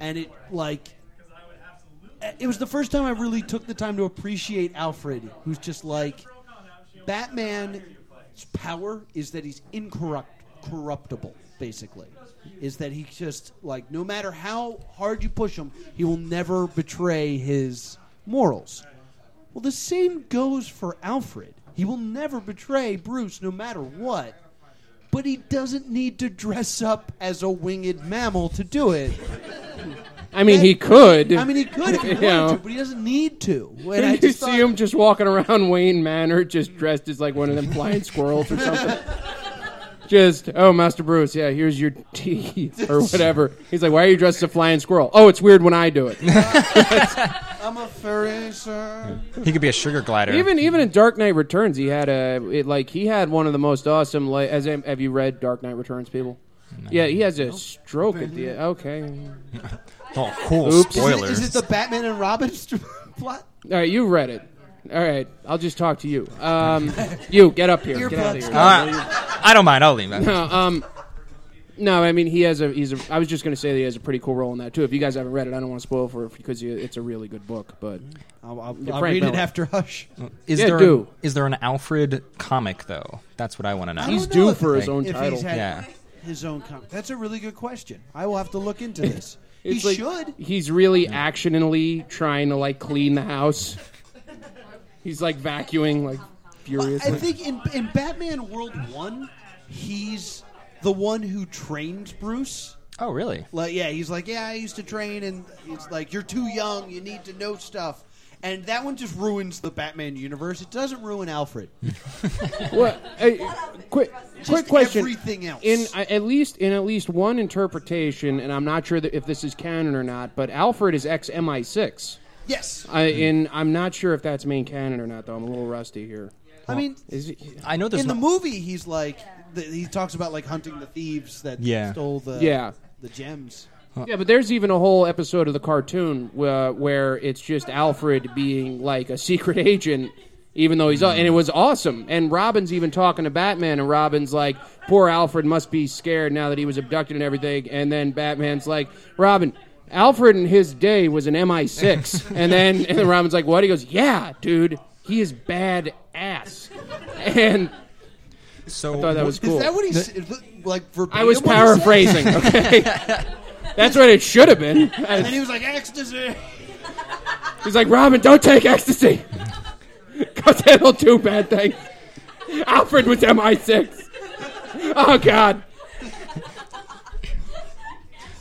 Speaker 4: and it like it was the first time I really took the time to appreciate Alfred, who's just like Batman's power is that he's incorrupt, corruptible, basically. Is that he just like no matter how hard you push him, he will never betray his morals. Well, the same goes for Alfred. He will never betray Bruce no matter what, but he doesn't need to dress up as a winged mammal to do it.
Speaker 3: I mean,
Speaker 4: And-
Speaker 3: he could.
Speaker 4: I mean, he could if he
Speaker 3: You
Speaker 4: wanted
Speaker 3: know.
Speaker 4: to, but he doesn't need to. And I
Speaker 3: you
Speaker 4: just
Speaker 3: see
Speaker 4: thought-
Speaker 3: him just walking around Wayne Manor, just dressed as like one of them flying squirrels or something. Just oh, Master Bruce, yeah, here's your tea or whatever. He's like, why are you dressed as a flying squirrel? Oh, it's weird when I do it.
Speaker 4: I'm a furry, sir.
Speaker 5: He could be a sugar glider.
Speaker 3: even even in Dark Knight Returns, he had a it, like he had one of the most awesome. Like, as in- have you read Dark Knight Returns, people? Yeah, he has a stroke at the e-, okay. All
Speaker 5: oh, cool.
Speaker 3: Oops.
Speaker 4: Is it-
Speaker 5: Spoilers.
Speaker 4: Is it the Batman and Robin st- plot?
Speaker 3: right, you read it. All right, I'll just talk to you. Um, you get up here. Get out of
Speaker 4: Earplugs.
Speaker 3: here.
Speaker 5: All right. Uh, I don't mind. I'll leave that.
Speaker 3: No, um, no. I mean, he has a. He's a. I was just going to say that he has a pretty cool role in that too. If you guys haven't read it, I don't want to spoil for it because you- it's a really good book. But
Speaker 4: I'll, I'll,
Speaker 3: Yeah,
Speaker 4: I'll
Speaker 3: Frank
Speaker 4: read it
Speaker 3: Miller.
Speaker 4: after Hush.
Speaker 5: Is
Speaker 3: Yeah,
Speaker 5: there
Speaker 3: do.
Speaker 5: is there an Alfred comic though? That's what I want to know.
Speaker 4: I
Speaker 3: He's
Speaker 4: don't know
Speaker 3: due
Speaker 4: if-
Speaker 3: for his own
Speaker 4: if
Speaker 3: title.
Speaker 4: He's had
Speaker 5: Yeah.
Speaker 4: His own comic. That's a really good question. I will have to look into this. he
Speaker 3: It's like-
Speaker 4: should.
Speaker 3: He's really actionally trying to like clean the house. He's like vacuuming like
Speaker 4: I
Speaker 3: furiously.
Speaker 4: think in, in Batman World 1, he's the one who trained Bruce.
Speaker 5: oh, really?
Speaker 4: Like, yeah, he's like, yeah, I used to train, and it's like, you're too young, you need to know stuff. And that one just ruins the Batman universe. It doesn't ruin Alfred.
Speaker 3: Well, hey, quick, quick question.
Speaker 4: everything else.
Speaker 3: In I- at least in at least one interpretation, and I'm not sure that if this is canon or not, but Alfred is ex MI6.
Speaker 4: Yes.
Speaker 3: I, in I'm not sure if that's main canon or not, though. I'm a little rusty here.
Speaker 4: I mean,
Speaker 3: Is it,
Speaker 5: I know there's
Speaker 4: in the
Speaker 5: no-
Speaker 4: movie, he's like, the, he talks about like hunting the thieves that
Speaker 5: Yeah.
Speaker 4: stole the
Speaker 3: Yeah.
Speaker 4: the gems.
Speaker 3: yeah, but there's even a whole episode of the cartoon uh, where it's just Alfred being like a secret agent, even though he's and it was awesome. And Robin's even talking to Batman, and Robin's like, "Poor Alfred must be scared now that he was abducted and everything." And then Batman's like, "Robin." Alfred in his day was an MI6, and then and then Robin's like, "What?" He goes, "Yeah, dude, he is bad ass," and
Speaker 5: so
Speaker 3: I thought that was cool.
Speaker 4: Is that what he said? Like verbatim
Speaker 3: I was
Speaker 4: what he said?
Speaker 3: paraphrasing. Okay, that's what it should have been.
Speaker 4: And then he was like, ecstasy.
Speaker 3: He's like, Robin, don't take ecstasy, cause it'll do bad things. Alfred was MI6. Oh God,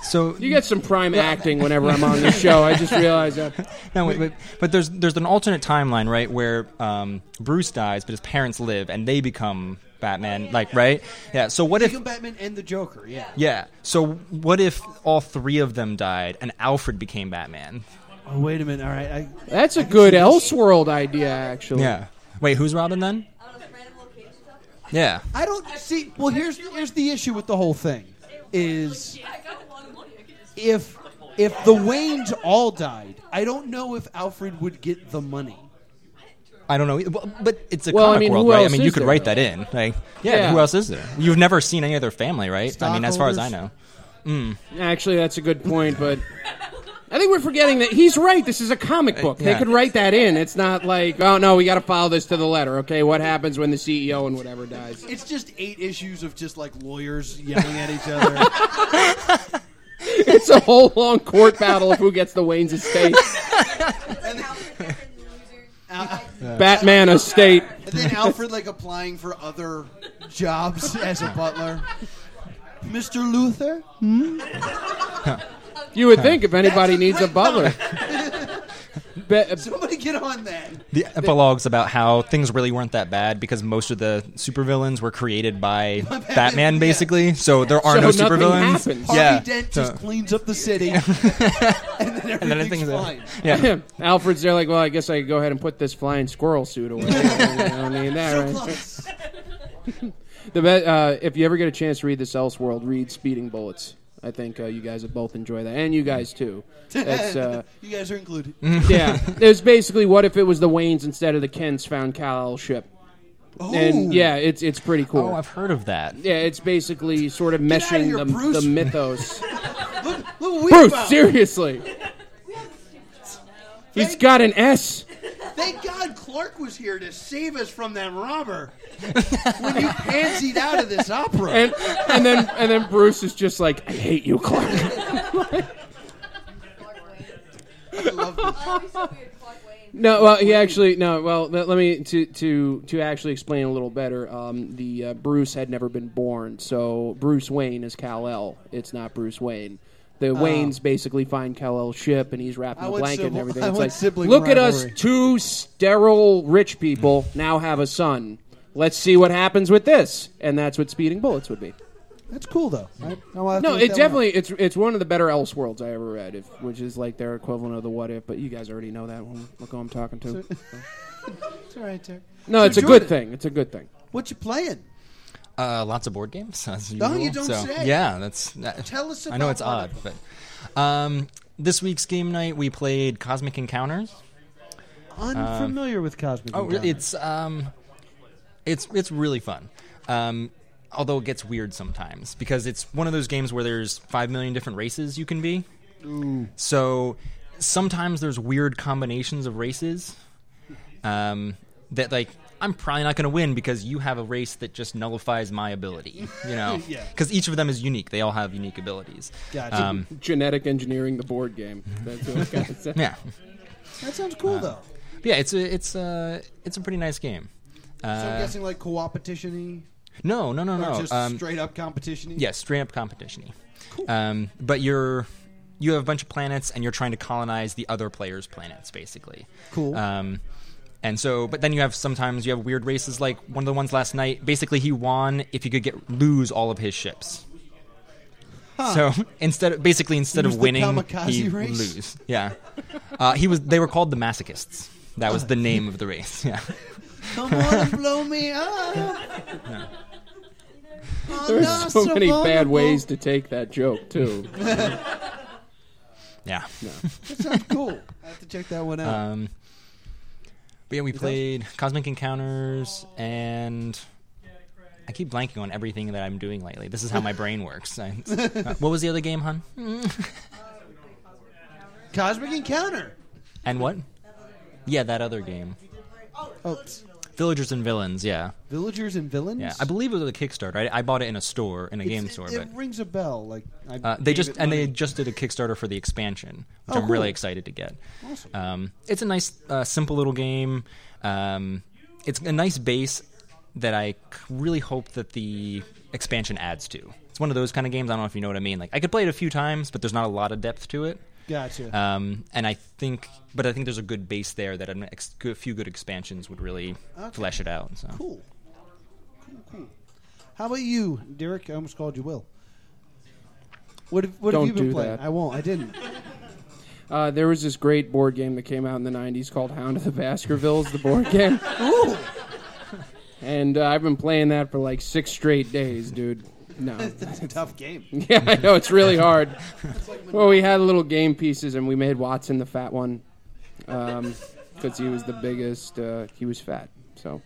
Speaker 5: so
Speaker 3: you get some prime acting whenever I'm on this show. I just realized that.
Speaker 5: no, wait, wait, but there's there's an alternate timeline, right, where um, Bruce dies, but his parents live and they become Batman, like right? Yeah. So what if?
Speaker 4: Become Batman and the Joker, yeah.
Speaker 5: Yeah. So what if all three of them died and Alfred became Batman?
Speaker 4: Oh, wait a minute. All right. I,
Speaker 3: That's a good Elseworld idea, actually.
Speaker 5: Yeah. Wait, who's Robin then? Yeah.
Speaker 4: I don't see. Well, here's here's the issue with the whole thing is if if the Waynes all died, I don't know if Alfred would get the money.
Speaker 5: I don't know, e, Well, but it's a
Speaker 3: Well, I
Speaker 5: comic
Speaker 3: mean,
Speaker 5: world,
Speaker 3: who
Speaker 5: right? I
Speaker 3: else
Speaker 5: mean, you
Speaker 3: is
Speaker 5: could
Speaker 3: there,
Speaker 5: write that
Speaker 3: though?
Speaker 5: in. Like, yeah,
Speaker 3: Yeah.
Speaker 5: who else is there? You've never seen any other family, right? I mean, as far as I know,
Speaker 4: Stockholders?
Speaker 3: Actually, that's a good point, but I think we're forgetting that he's right. This is a comic book.
Speaker 5: Uh, yeah.
Speaker 3: They could write that in. It's not like, oh no, we got to follow this to the letter. Okay, what happens when the CEO and whatever dies?
Speaker 4: It's just eight issues of just like lawyers yelling at each other.
Speaker 3: It's a whole long court battle of who gets the Wayne's estate. Batman estate.
Speaker 4: and then Alfred like applying for other jobs as a butler. Mr. Luther?
Speaker 3: You would think if anybody needs a butler. Ba-
Speaker 4: Somebody get on that.
Speaker 5: the epilogues about how things really weren't that bad because most of the supervillains were created by Batman,
Speaker 4: yeah.
Speaker 5: basically. So there are
Speaker 3: So
Speaker 5: no
Speaker 3: nothing
Speaker 5: supervillains.
Speaker 3: happened.
Speaker 4: Harvey
Speaker 5: Yeah.
Speaker 4: Dent
Speaker 5: So-
Speaker 4: just cleans up the city. and then everything's
Speaker 5: and then I think that-
Speaker 4: fine.
Speaker 5: yeah.
Speaker 3: Alfred's there, like, well, I guess I could go ahead and put this flying squirrel suit away. I don't need that,
Speaker 4: So
Speaker 3: right?
Speaker 4: close.
Speaker 3: The be- uh, if you ever get a chance to read this Elseworld, read Speeding Bullets. I think uh, you guys would both enjoy that, and you guys too. That's uh,
Speaker 4: you guys are included.
Speaker 3: yeah. It was basically what if it was the Waynes instead of the Kents found Kal-El ship,
Speaker 4: Oh,
Speaker 3: and yeah, it's it's pretty cool.
Speaker 5: Oh, I've heard of that.
Speaker 3: yeah, it's basically sort of meshing
Speaker 4: here,
Speaker 3: the,
Speaker 4: Bruce.
Speaker 3: the mythos.
Speaker 4: Look, look what we
Speaker 3: Bruce,
Speaker 4: found.
Speaker 3: seriously, he's got an S.
Speaker 4: Thank God Clark was here to save us from that robber when you pansied out of this opera.
Speaker 3: and and then and then Bruce is just like, I hate you, Clark.
Speaker 4: I love this.
Speaker 6: Oh,
Speaker 3: No, well, he actually no. Well, let, let me to to to actually explain a little better. Um, the uh, Bruce had never been born, so Bruce Wayne is Kal El. It's not Bruce Wayne. The Waynes basically find Kal El's ship, and he's wrapped in
Speaker 4: Oh. I
Speaker 3: a
Speaker 4: want
Speaker 3: blanket and
Speaker 4: civil-
Speaker 3: everything.
Speaker 4: I
Speaker 3: It's
Speaker 4: want
Speaker 3: like,
Speaker 4: sibling
Speaker 3: look at us,
Speaker 4: rivalry." Hmm.
Speaker 3: two sterile rich people now have a son. Let's see what happens with this, and that's what speeding bullets would be.
Speaker 4: That's cool though. I, I wanna have to
Speaker 3: No,
Speaker 4: look that
Speaker 3: it
Speaker 4: one
Speaker 3: definitely it's it's one of the better Elseworlds I ever read, if, which is like their equivalent of the What If. But you guys already know that one. Look who I'm talking to.
Speaker 4: up. It's all right, Terry.
Speaker 3: No,
Speaker 4: So
Speaker 3: it's a
Speaker 4: Jordan,
Speaker 3: good thing. It's a good thing.
Speaker 4: What you playing?
Speaker 5: Uh, lots of board games. As
Speaker 4: No,
Speaker 5: usual.
Speaker 4: you don't
Speaker 5: So,
Speaker 4: say.
Speaker 5: Yeah, that's. that-
Speaker 4: Tell us
Speaker 5: I know
Speaker 4: about
Speaker 5: it's
Speaker 4: one
Speaker 5: odd,
Speaker 4: of
Speaker 5: but um, this week's game night we played Cosmic Encounters.
Speaker 3: Uh,
Speaker 4: Unfamiliar with Cosmic.
Speaker 5: Oh, really?
Speaker 4: Encounter.
Speaker 5: It's um, it's it's really fun. Um, although it gets weird sometimes because it's one of those games where there's five million different races you can be. So sometimes there's weird combinations of races. Um, that like I'm probably not going to win because you have a race that just nullifies my ability. You know,
Speaker 4: Yeah.
Speaker 5: because each of them is unique. They all have unique abilities.
Speaker 4: Gotcha.
Speaker 5: Um,
Speaker 3: Genetic engineering the board game. That's what I was gonna say.
Speaker 5: yeah,
Speaker 4: that sounds cool
Speaker 3: uh,
Speaker 4: though.
Speaker 5: But yeah. It's a it's a it's a pretty nice game.
Speaker 4: So I'm guessing like coopetition-y
Speaker 5: No, no, no,
Speaker 4: or
Speaker 5: Uh, no.
Speaker 4: just
Speaker 5: um,
Speaker 4: straight up competition-y?
Speaker 5: Yeah, straight up competition-y. Um, but you're you have a bunch of planets, and you're trying to colonize the other players' planets, basically.
Speaker 4: Cool.
Speaker 5: Um, and so, but then you have sometimes you have weird races, like one of the ones last night. Basically, he won if he could get lose all of his ships. So instead, of, basically instead
Speaker 4: He was
Speaker 5: of
Speaker 4: the
Speaker 5: winning,
Speaker 4: kamikaze
Speaker 5: he
Speaker 4: race?
Speaker 5: lose. Yeah, uh, he was. They were called the masochists. That was the name of the race. Yeah.
Speaker 4: Come
Speaker 5: Uh,
Speaker 4: on and blow me up. Oh,
Speaker 3: There's
Speaker 4: no,
Speaker 3: so many bad
Speaker 4: vulnerable.
Speaker 3: ways to take that joke too.
Speaker 5: Yeah.
Speaker 4: That sounds cool. I have to check that one out.
Speaker 5: Um, but yeah, we played Cosmic Encounters, and I keep blanking on everything that I'm doing lately. This is how my brain works. I, uh, what was the other game, hun? Uh,
Speaker 4: Cosmic Encounter.
Speaker 5: And what? Yeah, that other game,
Speaker 4: Oh, psst.
Speaker 5: Villagers and Villains. Yeah,
Speaker 4: villagers and villains.
Speaker 5: yeah. I believe it was a Kickstarter. I, I bought it in a store, in a
Speaker 4: It's-
Speaker 5: game
Speaker 4: it,
Speaker 5: store,
Speaker 4: It
Speaker 5: but.
Speaker 4: rings a bell. Like I
Speaker 5: Uh, they
Speaker 4: gave
Speaker 5: just
Speaker 4: it
Speaker 5: and they
Speaker 4: money.
Speaker 5: just did a Kickstarter for the expansion, which
Speaker 4: Oh,
Speaker 5: I'm really
Speaker 4: cool.
Speaker 5: excited to get.
Speaker 4: Awesome.
Speaker 5: Um, it's a nice, uh, simple little game. Um, it's a nice base that I c- really hope that the expansion adds to. It's one of those kind of games. I don't know if you know what I mean. Like I could play it a few times, but there's not a lot of depth to it.
Speaker 4: gotcha.
Speaker 5: Um, and I think, but I think there's a good base there that an ex- a few good expansions would really
Speaker 4: Okay.
Speaker 5: flesh it out. So.
Speaker 4: cool. Cool, cool. How about you, Derek? I almost called you Will. What have, what have
Speaker 3: Don't
Speaker 4: you been
Speaker 3: do
Speaker 4: playing?
Speaker 3: that.
Speaker 4: I won't. I didn't.
Speaker 3: Uh, there was this great board game that came out in the '90s called Hound of the Baskervilles, the board game. Ooh. And uh, I've been playing that for like six straight days, dude. No,
Speaker 4: That's a tough game.
Speaker 3: Yeah, I know it's really hard. well, we had little game pieces, and we made Watson the fat one because he was the biggest. Uh, he was fat. So,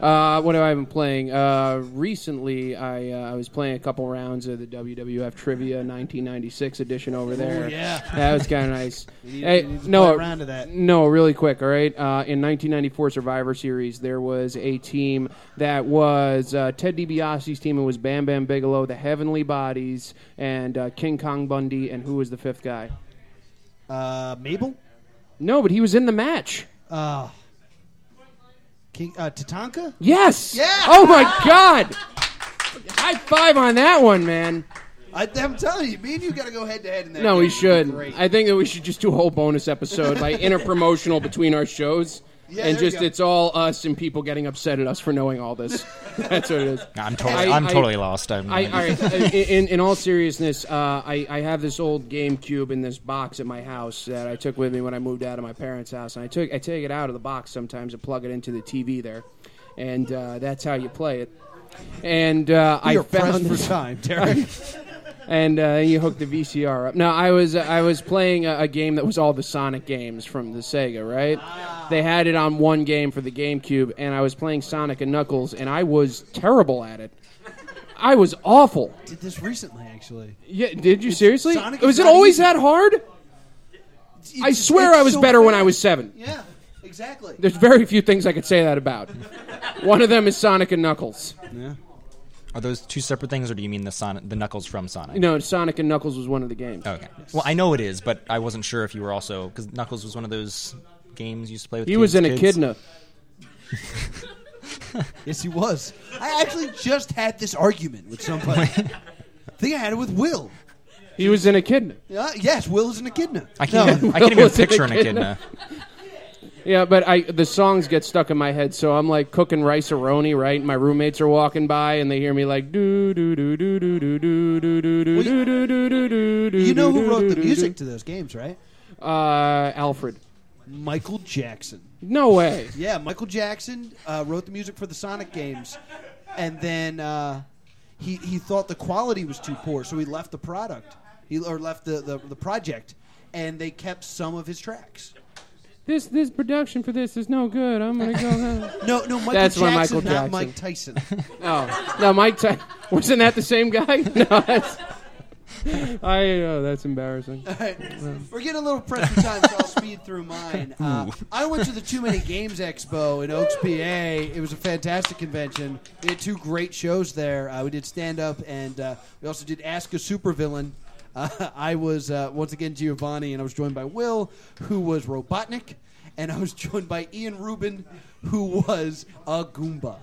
Speaker 3: uh, what have I been playing? Uh, recently, I uh, I was playing a couple rounds of the WWF Trivia 1996 edition over there.
Speaker 4: Oh, yeah.
Speaker 3: that was kind of nice.
Speaker 4: need-
Speaker 3: hey,
Speaker 4: you need to
Speaker 3: no,
Speaker 4: play around to that.
Speaker 3: no, really quick, all right? Uh, in 1994 Survivor Series, there was a team that was uh, Ted DiBiase's team. It was Bam Bam Bigelow, the Heavenly Bodies, and uh, King Kong Bundy, and who was the fifth guy?
Speaker 4: Uh, Mabel.
Speaker 3: No, but he was in the match.
Speaker 4: Uh, King uh, Tatanka.
Speaker 3: Yes.
Speaker 4: Yeah!
Speaker 3: Oh my God. High five on that one, man.
Speaker 4: I, I'm telling you, me and you got to go head to head in that.
Speaker 3: No,
Speaker 4: game.
Speaker 3: we should.
Speaker 4: Great.
Speaker 3: I think that we should just do a whole bonus episode, like interpromotional between our shows.
Speaker 4: Yeah,
Speaker 3: and
Speaker 4: there you
Speaker 3: just
Speaker 4: go.
Speaker 3: it's all us and people getting upset at us for knowing all this. That's what it is.
Speaker 5: I'm totally,
Speaker 3: I-
Speaker 5: I, am
Speaker 3: I-
Speaker 5: totally lost. I'm,
Speaker 3: I, all right, I- in, in all seriousness, uh, I, I have this old GameCube in this box at my house that I took with me when I moved out of my parents' house, and I took I take it out of the box sometimes and plug it into the TV there, and uh, that's how you play it. And uh, I
Speaker 4: You're
Speaker 3: found
Speaker 4: pressed for
Speaker 3: this-
Speaker 4: time, Derek.
Speaker 3: and uh, you hook the VCR up. No, I was I was playing a, a game that was all the Sonic games from the Sega. Right,
Speaker 4: Ah.
Speaker 3: they had it on one game for the GameCube, and I was playing Sonic and Knuckles, and I was terrible at it. I was awful.
Speaker 4: Did this recently, actually.
Speaker 3: Yeah, did you seriously?
Speaker 4: Sonic is
Speaker 3: was it
Speaker 4: not
Speaker 3: always
Speaker 4: easy.
Speaker 3: that hard? I
Speaker 4: It's-
Speaker 3: swear
Speaker 4: it's
Speaker 3: I was
Speaker 4: so
Speaker 3: better when
Speaker 4: bad.
Speaker 3: I was seven.
Speaker 4: Yeah, exactly.
Speaker 3: There's very few things I could say that about. One of them is Sonic and Knuckles.
Speaker 5: Are those two separate things, or do you mean the Sonic, the Knuckles from Sonic?
Speaker 3: No, Sonic and Knuckles was one of the games.
Speaker 5: Okay. Well, I know it is, but I wasn't sure if you were also because Knuckles was one of those games you used to play with.
Speaker 3: He was
Speaker 5: kids-
Speaker 3: an
Speaker 5: kids.
Speaker 3: echidna.
Speaker 4: Yes, he was. I actually just had this argument with somebody. I think I had it with Will.
Speaker 3: He was an echidna.
Speaker 4: Uh, yes, Will is an echidna.
Speaker 5: I can't.
Speaker 4: No.
Speaker 5: Even, I can't even
Speaker 3: was an
Speaker 5: picture an
Speaker 3: echidna.
Speaker 5: echidna.
Speaker 3: Yeah, but I the songs get stuck in my head, so I'm like cooking rice aroni, right? My roommates are walking by and they hear me like do do do do do do do do do do
Speaker 4: Well,
Speaker 3: do
Speaker 4: you-
Speaker 3: do do do do.
Speaker 4: You know
Speaker 3: do,
Speaker 4: who
Speaker 3: do,
Speaker 4: wrote
Speaker 3: do,
Speaker 4: the
Speaker 3: do,
Speaker 4: music
Speaker 3: do.
Speaker 4: to those games, right?
Speaker 3: Uh, Alfred.
Speaker 4: Michael Jackson.
Speaker 3: No way.
Speaker 4: Yeah, Michael Jackson uh, wrote the music for the Sonic games, and then uh, he he thought the quality was too poor, so he left the product, he or left the, the, the project, and they kept some of his tracks.
Speaker 3: This this production for this is no good. I'm gonna go. home.
Speaker 4: No, no, Michael
Speaker 3: That's
Speaker 4: Jackson,
Speaker 3: why Michael
Speaker 4: not
Speaker 3: Jackson.
Speaker 4: Mike Tyson.
Speaker 3: Oh, no, Mike. Ty- wasn't that the same guy? No, that's. I know that's embarrassing.
Speaker 4: All right. We're getting a little pressed for time, so I'll speed through mine. Uh, I went to the Too Many Games Expo in Oaks, PA. It was a fantastic convention. We had two great shows there. Uh, we did stand up, and uh, we also did Ask a Supervillain. Uh, I was uh, once again Giovanni, and I was joined by Will, who was Robotnik, and I was joined by Ian Rubin, who was a Goomba.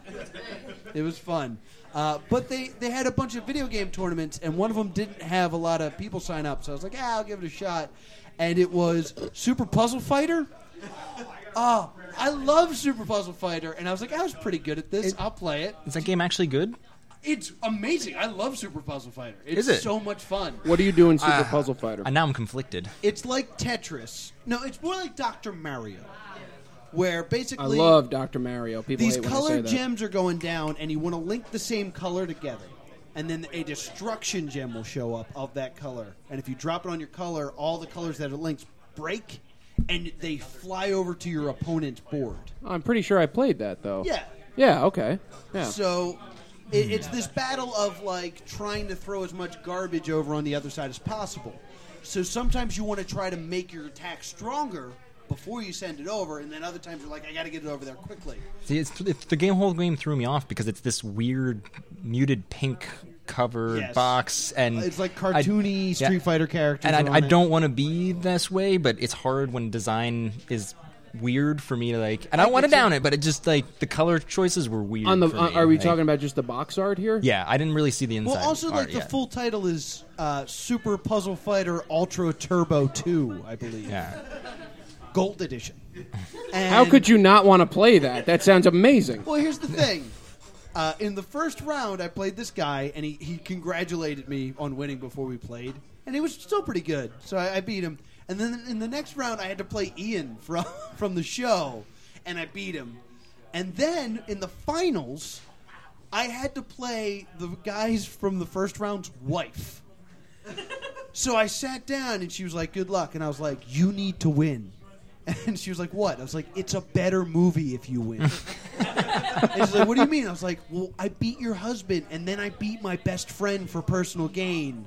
Speaker 4: It was fun. Uh, but they, they had a bunch of video game tournaments, and one of them didn't have a lot of people sign up. So I was like, ah, I'll give it a shot. And it was Super Puzzle Fighter. Oh, I love Super Puzzle Fighter. And I was like, I was pretty good at this. I'll play it.
Speaker 5: Is that game actually good?
Speaker 4: It's amazing. I love Super Puzzle Fighter. It's
Speaker 5: Is it?
Speaker 4: so much fun.
Speaker 3: What do you do in Super Puzzle Fighter?
Speaker 5: And Uh, now I'm conflicted.
Speaker 4: It's like Tetris. No, it's more like Dr. Mario, where
Speaker 3: I
Speaker 4: basically
Speaker 3: love Dr. Mario. People
Speaker 4: These
Speaker 3: hate when I say
Speaker 4: colored
Speaker 3: that.
Speaker 4: gems are going down, and you want to link the same color together. And then a destruction gem will show up of that color. And if you drop it on your color, all the colors that are linked break, and they fly over to your opponent's board.
Speaker 3: I'm pretty sure I played that though.
Speaker 4: Yeah.
Speaker 3: Yeah. Okay. Yeah.
Speaker 4: So it, it's this battle of like trying to throw as much garbage over on the other side as possible. So sometimes you want to try to make your attack stronger before you send it over, and then other times you're like, I got to get it over there quickly.
Speaker 5: See, it's, it's, the game whole game threw me off because it's this weird muted pink covered
Speaker 4: Yes. Uh,
Speaker 5: box and
Speaker 4: It's like
Speaker 5: Hmm. I-
Speaker 4: cartoony
Speaker 5: yeah.
Speaker 4: Street Fighter characters.
Speaker 5: and
Speaker 4: are
Speaker 5: I,
Speaker 4: on
Speaker 5: I
Speaker 4: it.
Speaker 5: don't want to be this way, but it's hard when design is weird for me to like. And I, want to down it, but it just like the color choices were weird.
Speaker 3: On the
Speaker 5: for
Speaker 3: uh,
Speaker 5: me,
Speaker 3: are we
Speaker 5: like-
Speaker 3: talking about just the box art here?
Speaker 5: Yeah, I didn't really see the inside.
Speaker 4: Well, also
Speaker 5: art
Speaker 4: like the
Speaker 5: yet.
Speaker 4: full title is uh, Super Puzzle Fighter Ultra Turbo Two, I believe,
Speaker 5: Yeah,
Speaker 4: Gold Edition. And,
Speaker 3: How could you not want to play that? That sounds amazing.
Speaker 4: Well, here's the thing. Uh, in the first round, I played this guy, and he, he congratulated me on winning before we played, and he was still pretty good, so I, I beat him. And then in the next round, I had to play Ian from from the show, and I beat him. And then in the finals, I had to play the guys from the first round's wife. So I sat down and she was like, Good luck. And I was like, You need to win. And she was like, What? I was like, It's a better movie if you win. and she's like, What do you mean? I was like, Well, I beat your husband and then I beat my best friend for personal gain.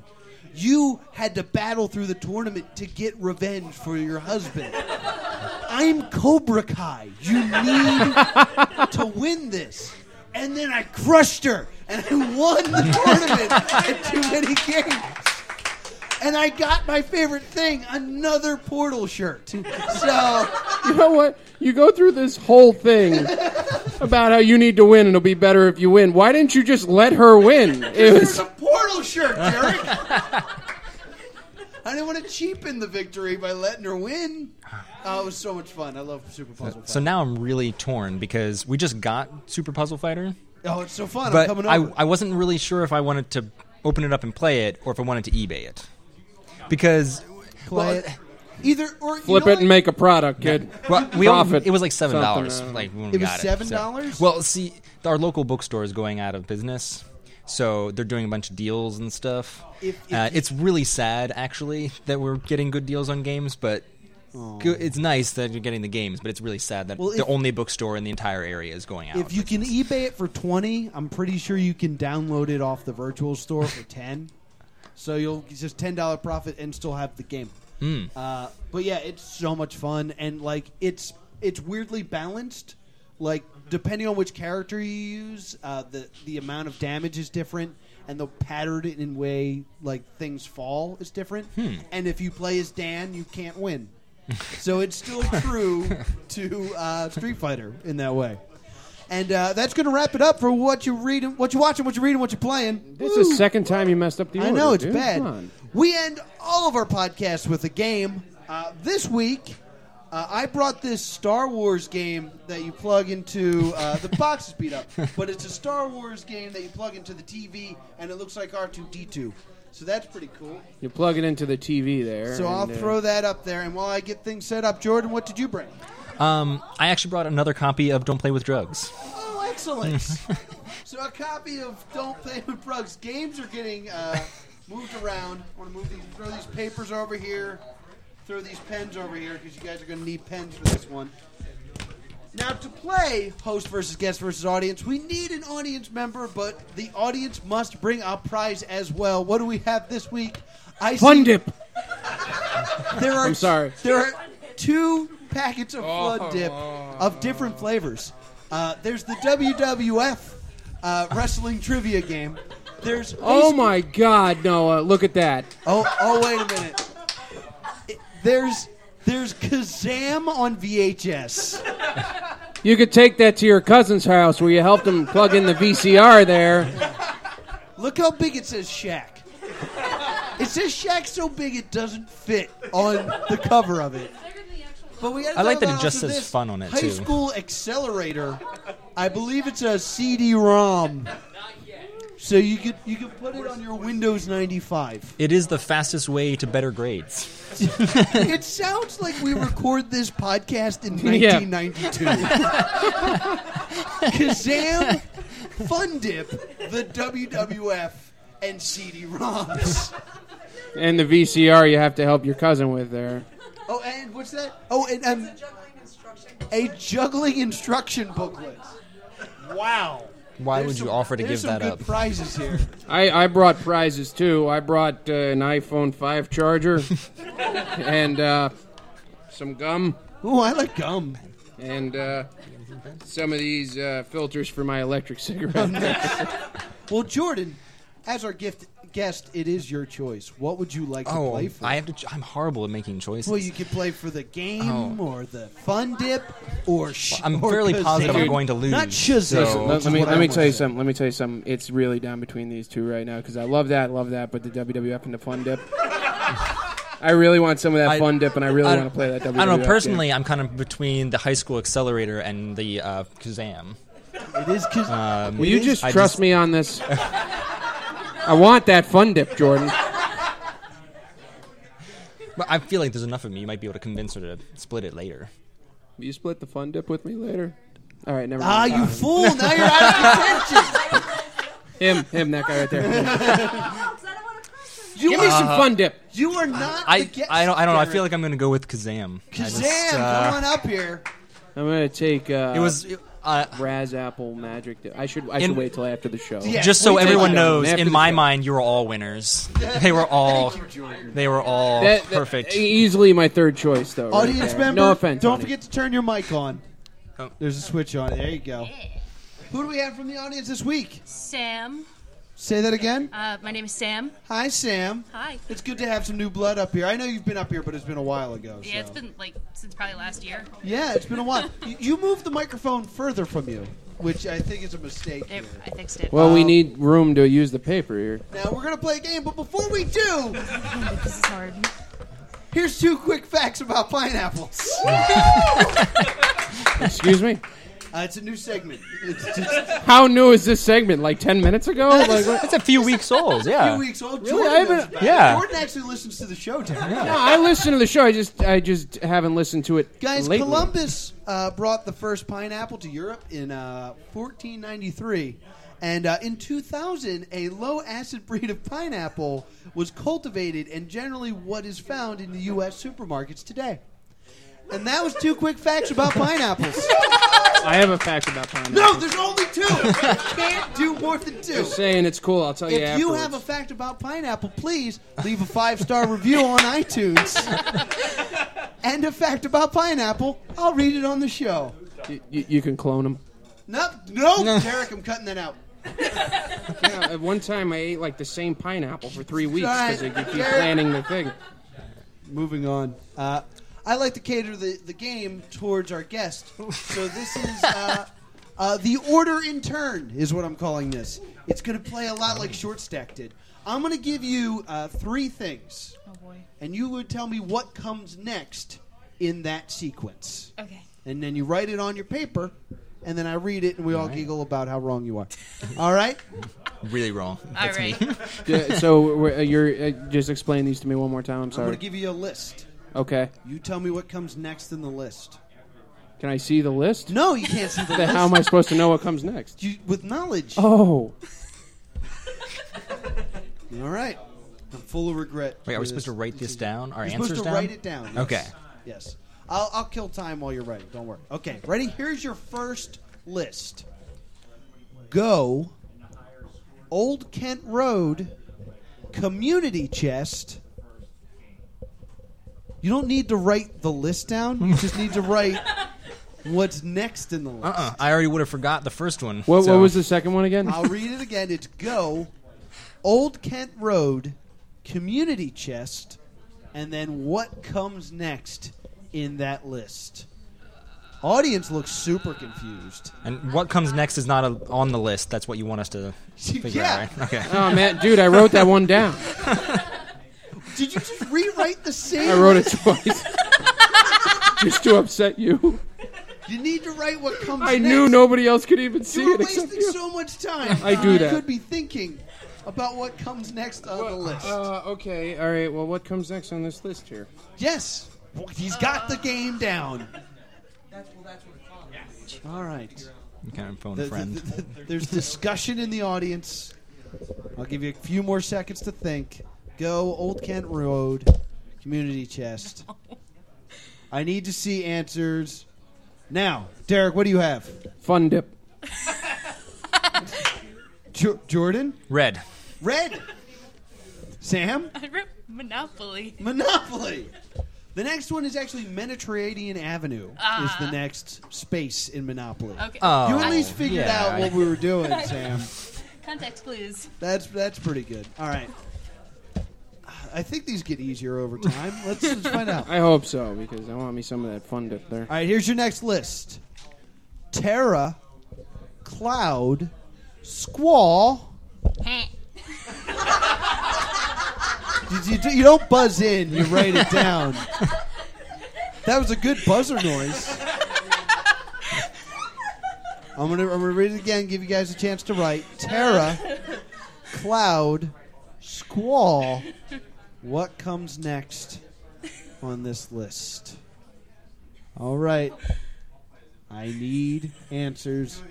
Speaker 4: You had to battle through the tournament to get revenge for your husband. I'm Cobra Kai. You need to win this. And then I crushed her and I won the tournament at too many games. And I got my favorite thing, another Portal shirt. So,
Speaker 3: You know what? You go through this whole thing about how you need to win and it'll be better if you win. Why didn't you just let her win? It
Speaker 4: there's
Speaker 3: was
Speaker 4: a Portal shirt, Derek. I didn't want to cheapen the victory by letting her win. Oh, it was so much fun. I love Super Puzzle Fighter.
Speaker 5: so now I'm really torn because we just got Super Puzzle Fighter,
Speaker 4: oh, it's so fun. I'm
Speaker 5: but
Speaker 4: coming
Speaker 5: I,
Speaker 4: over.
Speaker 5: I wasn't really sure if I wanted to open it up and play it or if I wanted to eBay it because
Speaker 4: Play
Speaker 5: well,
Speaker 4: it. Either or
Speaker 3: flip it and make a product, kid.
Speaker 5: Well, we
Speaker 3: Profit.
Speaker 5: only- it was like seven dollars.
Speaker 3: Something, uh,
Speaker 5: Like when we
Speaker 4: It was
Speaker 5: got so-
Speaker 4: $7?
Speaker 5: Well, see, our local bookstore is going out of business, So they're doing a bunch of deals and stuff.
Speaker 4: If- if
Speaker 5: uh,
Speaker 4: you-
Speaker 5: it's really sad, actually, that we're getting good deals on games, but. go- It's nice that you're getting the games, but it's really sad that
Speaker 4: Oh. Well,
Speaker 5: the
Speaker 4: if-
Speaker 5: only bookstore in the entire area is going out.
Speaker 4: If you can eBay it for twenty, I'm pretty sure you can download it off the virtual store for ten. So you'll it's just ten dollar profit and still have the game. Uh, but yeah, it's so much fun and like it's it's weirdly balanced. Like depending on which character you use, uh, the the amount of damage is different, and the pattern in way like things fall is different. And if you play as Dan, you can't win. so it's still true to uh, Street Fighter in that way. And uh, that's going to wrap it up for what you reading, what you watching, what you reading, what you playing.
Speaker 3: This is the second time you messed up the order.
Speaker 4: I know it's
Speaker 3: dude. Come
Speaker 4: bad.
Speaker 3: on.
Speaker 4: We end all of our podcasts with a game. Uh, this week, uh, I brought this Star Wars game that you plug into uh, the box is beat up, but it's a Star Wars game that you plug into the TV, and it looks like R two D two. So that's pretty cool.
Speaker 3: You plug it into the TV there.
Speaker 4: So I'll
Speaker 3: and, uh,
Speaker 4: throw that up there, and while I get things set up, Jordan, what did you bring?
Speaker 5: um, I actually brought another copy of Don't Play with Drugs.
Speaker 4: Oh, excellent! so a copy of Don't Play with Drugs games are getting uh, moved around. I want to move these, throw these papers over here, throw these pens over here because you guys are going to need pens for this one. Now to play host versus guest versus audience, we need an audience member, but the audience must bring a prize as well. What do we have this week? I
Speaker 3: Fun
Speaker 4: see-
Speaker 3: dip.
Speaker 4: there are
Speaker 3: I'm sorry. Oh.
Speaker 4: There are two packets of flood dip of different flavors. Uh, there's the WWF uh, wrestling trivia game. There's
Speaker 3: Oh my God, Noah! Look at that.
Speaker 4: oh oh wait a minute. It- there's there's Kazam on VHS.
Speaker 3: You could take that to your cousin's house where you helped him plug in the VCR there.
Speaker 4: Look how big it says Shaq. It says Shaq so big it doesn't fit on the cover of it. But we gotta
Speaker 5: I like
Speaker 4: talk
Speaker 5: that it
Speaker 4: about
Speaker 5: just
Speaker 4: also
Speaker 5: says
Speaker 4: this.
Speaker 5: fun on it,
Speaker 4: High
Speaker 5: too.
Speaker 4: school accelerator. I believe it's a CD-ROM. So you could you could put it on your Windows 95.
Speaker 5: It is the fastest way to better grades.
Speaker 4: it sounds like we record this podcast in
Speaker 3: Yeah.
Speaker 4: 1992. Kazam, Fun Dip, the WWF, and CD-ROMs.
Speaker 3: And the VCR you have to help your cousin with there.
Speaker 4: Oh, and what's that? Oh, and um, a juggling instruction booklet. Wow.
Speaker 5: Why
Speaker 4: There's
Speaker 5: would you
Speaker 4: some-
Speaker 5: offer to
Speaker 4: there's
Speaker 5: give
Speaker 4: some
Speaker 5: that
Speaker 4: good
Speaker 5: up?
Speaker 4: Prizes here.
Speaker 3: I, I brought prizes too. I brought uh, an iPhone 5 charger and uh, some gum
Speaker 4: Ooh, I like gum.
Speaker 3: and uh, some of these uh, filters for my electric cigarette.
Speaker 4: Well, Jordan, as our gift guest, it is your choice. What would you like to play
Speaker 5: Oh,
Speaker 4: for?
Speaker 5: I have to. ch- I'm horrible at making choices.
Speaker 4: well, you could play for the game or the fun dip or. Sh-
Speaker 5: Oh. I'm
Speaker 4: or
Speaker 5: fairly
Speaker 4: Kazam.
Speaker 5: positive I'm
Speaker 3: Dude,
Speaker 5: going to lose.
Speaker 4: not Shazam.
Speaker 5: so-
Speaker 3: let,
Speaker 4: is
Speaker 3: let me
Speaker 4: what I
Speaker 3: let me
Speaker 4: would
Speaker 3: tell you
Speaker 4: say.
Speaker 3: something. Let me tell you something. It's really down between these two right now because I love that, love that, but the WWF and the Fun Dip. I really want some of that
Speaker 5: I-
Speaker 3: Fun Dip, and I really
Speaker 5: I-
Speaker 3: want to play that WWF.
Speaker 5: I don't know.
Speaker 3: game.
Speaker 5: Personally, I'm kind of between the high school accelerator and the uh, Kazam.
Speaker 4: It is Kaz-
Speaker 5: Uh,
Speaker 3: Will you just
Speaker 5: I
Speaker 3: trust
Speaker 5: just-
Speaker 3: me on this? I want that Fun Dip, Jordan.
Speaker 5: But I feel like there's enough of me. You might be able to convince her to split it later.
Speaker 3: Will you split the Fun Dip with me later? All right, never
Speaker 4: ah,
Speaker 3: mind.
Speaker 4: you fool! Now you're out of contention. Ah,
Speaker 3: Him, him, that guy right there.
Speaker 6: Oh, I don't want to cross
Speaker 3: Give me
Speaker 4: Uh,
Speaker 3: some Fun Dip.
Speaker 4: You are not the
Speaker 5: I,
Speaker 4: guest.
Speaker 5: I don't. I don't. know. I
Speaker 4: Jared.
Speaker 5: feel like I'm going to go with Kazam. I
Speaker 4: Kazam,
Speaker 5: just, uh,
Speaker 4: come on up here.
Speaker 3: I'm gonna take. Uh,
Speaker 5: It was. Uh,
Speaker 3: Raz Apple Magic. Dip. I should. I should
Speaker 5: In-
Speaker 3: wait till after the show.
Speaker 4: Yeah.
Speaker 5: just
Speaker 4: we
Speaker 5: so
Speaker 4: take
Speaker 5: everyone
Speaker 4: it.
Speaker 5: knows,
Speaker 3: After
Speaker 5: in
Speaker 3: the
Speaker 5: my
Speaker 3: show.
Speaker 5: mind, you were all winners. They were all. They were all
Speaker 3: That- that-
Speaker 4: eh,
Speaker 5: perfect.
Speaker 3: Easily my third choice, though. right
Speaker 4: Oh, Audience
Speaker 3: there.
Speaker 4: member,
Speaker 3: No offense.
Speaker 4: don't
Speaker 3: honey.
Speaker 4: forget to turn your mic on.
Speaker 5: Oh.
Speaker 4: There's a switch on. There you go. Who do we have from the audience this week?
Speaker 6: Sam.
Speaker 4: Say that again.
Speaker 6: Uh, my name is Sam.
Speaker 4: Hi, Sam.
Speaker 6: Hi.
Speaker 4: It's good to have some new blood up here. I know you've been up here, but it's been a while ago.
Speaker 6: Yeah, it's
Speaker 4: so-
Speaker 6: been like since probably last year.
Speaker 4: Yeah, it's been a while. You- you moved the microphone further from you, which I think is a mistake.
Speaker 6: There,
Speaker 4: here.
Speaker 6: I fixed it.
Speaker 3: Well, we
Speaker 4: Um,
Speaker 3: need room to use the paper here.
Speaker 4: Now we're gonna play a game, but before we do,
Speaker 6: this is hard.
Speaker 4: here's two quick facts about pineapples.
Speaker 3: Excuse me.
Speaker 4: Uh, it's a new segment. It's just
Speaker 3: How new is this segment? Like ten minutes ago? Like what?
Speaker 5: It's a few weeks old.
Speaker 4: a
Speaker 5: Yeah.
Speaker 4: few weeks old.
Speaker 3: Really? I
Speaker 4: Jordan,
Speaker 3: haven't-
Speaker 4: knows about it.
Speaker 5: Yeah.
Speaker 4: Jordan actually listens to the show. Down.
Speaker 3: No, I listen to the show. I just, I just haven't listened to it.
Speaker 4: Guys,
Speaker 3: lately.
Speaker 4: Columbus uh, brought the first pineapple to Europe in uh, 1493, And uh, in 2000, a low acid breed of pineapple was cultivated and generally what is found in the U.S. supermarkets today. And that was two quick facts about pineapples.
Speaker 3: I have a fact about pineapple.
Speaker 4: No, there's only two. You can't do more than two.
Speaker 3: saying it's cool. I'll tell you.
Speaker 4: If you
Speaker 3: afterwards.
Speaker 4: have a fact about pineapple, please leave a five star review on iTunes. and a fact about pineapple, I'll read it on the show.
Speaker 3: Y- you, you can clone them.
Speaker 4: No, no, Derek, I'm cutting that out.
Speaker 3: Yeah, Uh, at one time I ate like the same pineapple for three weeks because they keep
Speaker 4: Derek.
Speaker 3: planning the thing.
Speaker 4: Moving on. Uh, I like to cater the, the game towards our guest. So this is uh, uh, the order in turn, is what I'm calling this. It's going to play a lot like Short Stack did. I'm going to give you uh, three things,
Speaker 6: Oh boy.
Speaker 4: and you would tell me what comes next in that sequence.
Speaker 6: Okay.
Speaker 4: and then you write it on your paper, and then I read it, and we all giggle about how wrong you are. all right?
Speaker 5: Really wrong.
Speaker 6: All
Speaker 5: That's me.
Speaker 6: right.
Speaker 3: Yeah, so we're- uh, you're uh, just explain these to me one more time. I'm
Speaker 4: I'm going
Speaker 3: sorry.
Speaker 4: to give you a list.
Speaker 3: okay.
Speaker 4: You tell me what comes next in the list.
Speaker 3: Can I see the list?
Speaker 4: No, you can't see the
Speaker 3: Then
Speaker 4: list.
Speaker 3: how am I supposed to know what comes next?
Speaker 4: You, with knowledge.
Speaker 3: Oh,
Speaker 4: All right. I'm full of regret.
Speaker 5: Wait, are we
Speaker 4: for
Speaker 5: supposed to write this down? Our
Speaker 4: You're
Speaker 5: answers
Speaker 4: supposed to
Speaker 5: down?
Speaker 4: write it down. yes.
Speaker 5: Okay.
Speaker 4: Yes. I'll, I'll kill time while you're writing. Don't worry. Okay, ready? Here's your first list Go, Old Kent Road, Community Chest. You don't need to write the list down, you just need to write what's next in the list.
Speaker 5: Uh-uh. I already would have forgot the first one.
Speaker 3: what,
Speaker 5: so-
Speaker 3: what was the second one again?
Speaker 4: I'll read it again. It's go, Old Kent Road, Community Chest, and then what comes next in that list? Audience looks super confused.
Speaker 5: And what comes next is not a, on the list. That's what you want us to figure
Speaker 4: Yeah.
Speaker 5: out, right? Okay.
Speaker 3: Oh man, dude, I wrote that one down.
Speaker 4: Did you just rewrite the same?
Speaker 3: I wrote it twice, just to upset you.
Speaker 4: You need to write what comes.
Speaker 3: I
Speaker 4: next.
Speaker 3: knew nobody else could even see
Speaker 4: You were
Speaker 3: it except
Speaker 4: wasting
Speaker 3: you.
Speaker 4: so much time.
Speaker 3: I do
Speaker 4: you
Speaker 3: that.
Speaker 4: Could be thinking about what comes next on the list.
Speaker 3: Uh, okay, all right. Well, what comes next on this list here?
Speaker 4: Yes, he's got the game down. All right.
Speaker 5: You can phone a
Speaker 4: The-
Speaker 5: friend.
Speaker 4: the- the- there's discussion in the audience. I'll give you a few more seconds to think. Go Old Kent Road, Community Chest. I need to see answers now. Derek, what do you have?
Speaker 3: Fun dip.
Speaker 4: Jo- Jordan,
Speaker 5: Red.
Speaker 4: Red, Sam,
Speaker 6: I wrote Monopoly.
Speaker 4: Monopoly. The next one is actually Mediterranean Avenue. Is the next space in Monopoly.
Speaker 6: Okay.
Speaker 7: Uh.
Speaker 5: Oh.
Speaker 4: You at least figured
Speaker 5: yeah.
Speaker 4: out what we were doing, Sam.
Speaker 6: Context clues.
Speaker 4: That's that's pretty good. All right. I think these get easier over time. Let's, let's find out. All
Speaker 3: I hope so because I want me some of that fun dip there.
Speaker 4: right, here's your next list: Terra, Cloud, Squall. Did you, do- you don't buzz in. You write it down. That was a good buzzer noise. I'm gonna I'm gonna read it again. Give you guys a chance to write. Terra, cloud, squall. What comes next on this list? All right. I need answers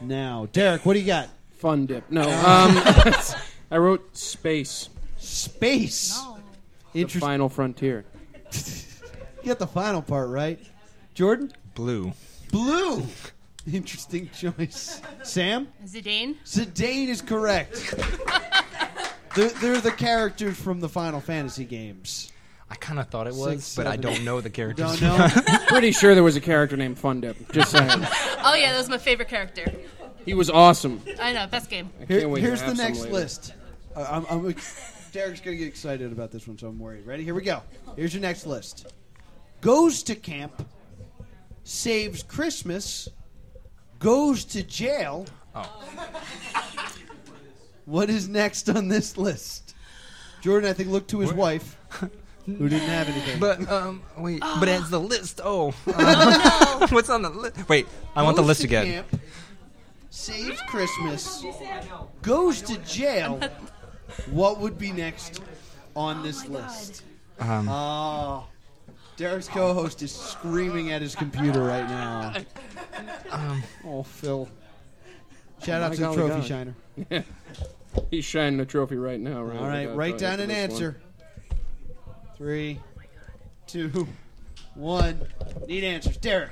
Speaker 4: now. Derek, what do you got?
Speaker 3: Fun dip. No. Um, I wrote space.
Speaker 4: Space.
Speaker 3: The
Speaker 4: Interesting.
Speaker 3: final frontier.
Speaker 4: You got the final part right. Jordan?
Speaker 5: Blue.
Speaker 4: Blue. Interesting choice. Sam?
Speaker 6: Zidane.
Speaker 4: Zidane is correct. they're, they're the characters from the Final Fantasy games.
Speaker 5: I kind of thought it was,
Speaker 4: Six,
Speaker 5: but I
Speaker 4: seven.
Speaker 5: don't know the
Speaker 4: Don't
Speaker 5: characters.
Speaker 4: know.
Speaker 3: Pretty sure there was a character named Fun Dip. Just saying.
Speaker 6: Oh yeah, that was my favorite character.
Speaker 3: he was awesome.
Speaker 6: I know, best game.
Speaker 3: I
Speaker 4: Here-
Speaker 3: can't wait to
Speaker 4: here's
Speaker 3: have
Speaker 4: the
Speaker 3: some
Speaker 4: next
Speaker 3: later.
Speaker 4: list. Uh, I'm, I'm, ex- Derek's going to get excited about this one, so I'm worried. Ready? Here we go. Here's your next list. Goes to camp, saves Christmas, goes to jail.
Speaker 5: Oh.
Speaker 4: What is next on this list? Jordan, I think, looked to his wife, who didn't have anything.
Speaker 5: But um, wait.
Speaker 4: Ah.
Speaker 5: But it's the list. Oh, um, what's on the list? Wait, I want the
Speaker 4: Goes
Speaker 5: list
Speaker 4: to
Speaker 5: again.
Speaker 4: camp, saves Christmas, goes to jail. What would be next on this list?
Speaker 5: Um,
Speaker 4: Oh, Derek's co-host is
Speaker 5: Um,
Speaker 4: screaming at his computer right now. oh, Phil. Shout out
Speaker 7: My
Speaker 4: to the
Speaker 7: golly
Speaker 4: trophy
Speaker 7: gosh.
Speaker 4: shiner.
Speaker 3: He's shining a trophy right now. Right?
Speaker 4: All right,
Speaker 3: Without
Speaker 4: write
Speaker 3: telling
Speaker 4: down an
Speaker 3: you this one.
Speaker 4: answer. Three, two, one. Need answers, Derek.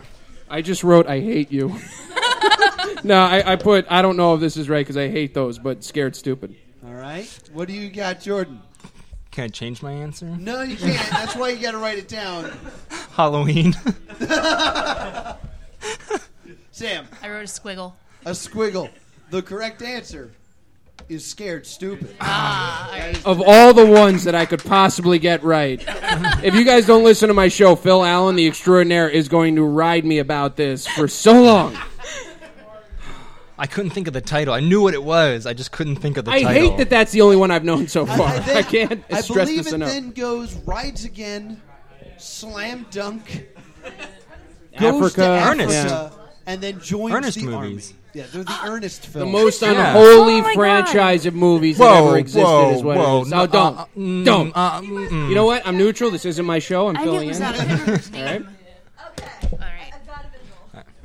Speaker 3: I just wrote "I hate you." no, I, I put I don't know if this is right because I hate those, but scared stupid.
Speaker 4: All right, what do you got, Jordan?
Speaker 5: Can I change my answer?
Speaker 4: No, you can't. That's why you got to write it down.
Speaker 5: Halloween.
Speaker 4: Sam,
Speaker 6: I wrote a squiggle.
Speaker 4: a squiggle. The correct answer is scared stupid.
Speaker 3: Of all the ones that I could possibly get right, if you guys don't listen to my show, Phil Allen, the extraordinaire, is going to ride me about this for so long.
Speaker 5: I couldn't think of the title. I knew what it was. I just couldn't think of the
Speaker 3: I
Speaker 5: title.
Speaker 3: hate that that's the only one I've known so far. I,
Speaker 4: then-
Speaker 3: can't
Speaker 4: I
Speaker 3: stress
Speaker 4: believe
Speaker 3: this
Speaker 4: it
Speaker 3: enough.
Speaker 4: then goes rides again, slam dunk, goes
Speaker 3: Africa,
Speaker 4: to Africa,
Speaker 5: Ernest.
Speaker 4: and then joins
Speaker 5: Earnest
Speaker 4: the
Speaker 5: movies.
Speaker 4: army. Yeah, they're the Ernest
Speaker 3: the
Speaker 4: films.
Speaker 3: most
Speaker 5: Yeah.
Speaker 3: unholy
Speaker 7: Oh my God.
Speaker 3: franchise of movies that
Speaker 5: Whoa,
Speaker 3: ever existed
Speaker 5: whoa,
Speaker 3: is what
Speaker 5: whoa.
Speaker 3: it is. Now,
Speaker 5: No,
Speaker 3: don't.
Speaker 5: uh, mm,
Speaker 3: don't.
Speaker 5: uh, mm, mm.
Speaker 3: you know what? I'm neutral. This isn't my show. I'm
Speaker 7: I knew it
Speaker 3: filling
Speaker 7: was
Speaker 3: in.
Speaker 7: out of
Speaker 3: Alright.
Speaker 6: All right.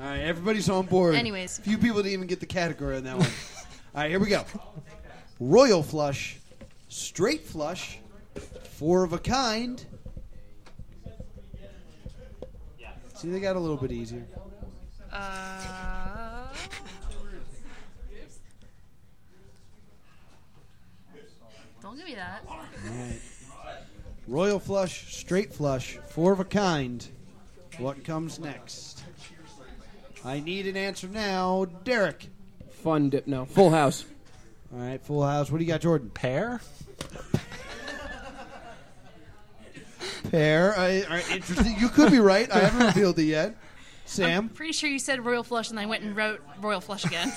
Speaker 4: All right, everybody's on board.
Speaker 6: Anyways.
Speaker 4: few people didn't even get the category on that one. All right, here we go. Royal flush, straight flush, four of a kind. See, they got a little bit easier.
Speaker 6: Uh, don't give me that.
Speaker 4: Royal flush, straight flush, four of a kind. What comes next? I need an answer now, Derek.
Speaker 3: Fun dip. No, Full House.
Speaker 4: All right, Full House. What do you got, Jordan?
Speaker 5: Pear?
Speaker 4: Pair. I, all right, interesting. You could be right. I haven't revealed it yet. Sam.
Speaker 6: Pretty sure you said royal flush, and I went and wrote royal flush again.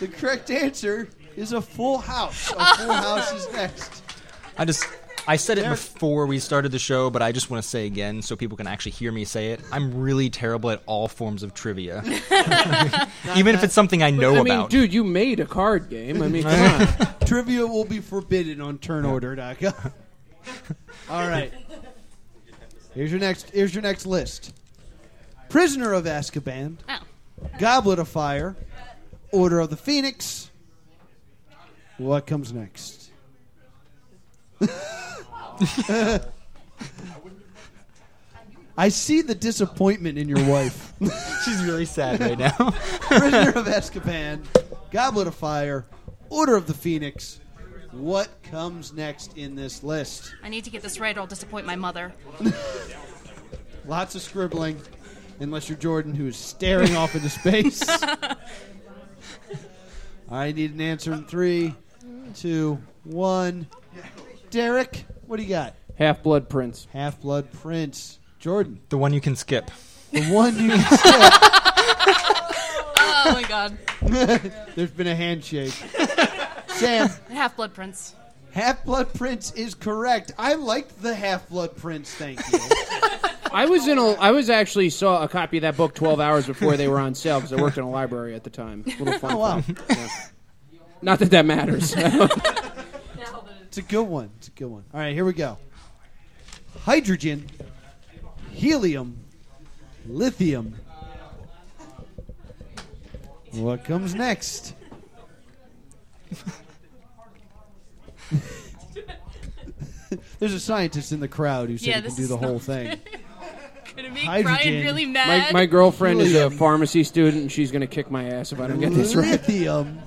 Speaker 4: The correct answer is a full house. A full house is next.
Speaker 5: I just. I said it before we started the show, but I just want to say again so people can actually hear me say it. I'm really terrible at all forms of trivia. Even if it's something I know
Speaker 3: I mean,
Speaker 5: about.
Speaker 3: dude, you made a card game. I mean, come on.
Speaker 4: Trivia will be forbidden on turnorder.com. All right. Here's your next here's your next list. Prisoner of Azkaban,
Speaker 6: Oh.
Speaker 4: Goblet of Fire, Order of the Phoenix. What comes next? I see the disappointment in your wife.
Speaker 5: She's really sad right now.
Speaker 4: Prisoner of Azkaban, Goblet of Fire, Order of the Phoenix. What comes next in this list?
Speaker 6: I need to get this right, or I'll disappoint my mother.
Speaker 4: Lots of scribbling, unless you're Jordan, who is staring off into space. I need an answer in three, two, one. Derek, what do you got?
Speaker 3: Half Blood Prince.
Speaker 4: Half Blood Prince. Jordan,
Speaker 5: the one you can skip.
Speaker 4: the one you skip.
Speaker 6: Oh my god.
Speaker 4: There's been a handshake. Sam,
Speaker 6: Half Blood Prince.
Speaker 4: Half Blood Prince is correct. I liked the Half Blood Prince. Thank you.
Speaker 3: I was in a. I was actually saw a copy of that book 12 hours before they were on sale because I worked in a library at the time. Little fun.
Speaker 4: oh wow,
Speaker 3: fact, yeah. Not that that matters.
Speaker 4: it's a good one. It's a good one. All right, here we go. Hydrogen, helium, lithium. What comes next? There's a scientist in the crowd who said
Speaker 6: Yeah,
Speaker 4: he can
Speaker 6: this
Speaker 4: do
Speaker 6: is
Speaker 4: the whole
Speaker 6: not
Speaker 4: thing.
Speaker 6: Gonna make
Speaker 4: Hydrogen.
Speaker 6: Brian really
Speaker 3: my,
Speaker 6: mad.
Speaker 3: my girlfriend is a pharmacy student, and she's going to kick my ass if I don't get this right.
Speaker 4: Lithium.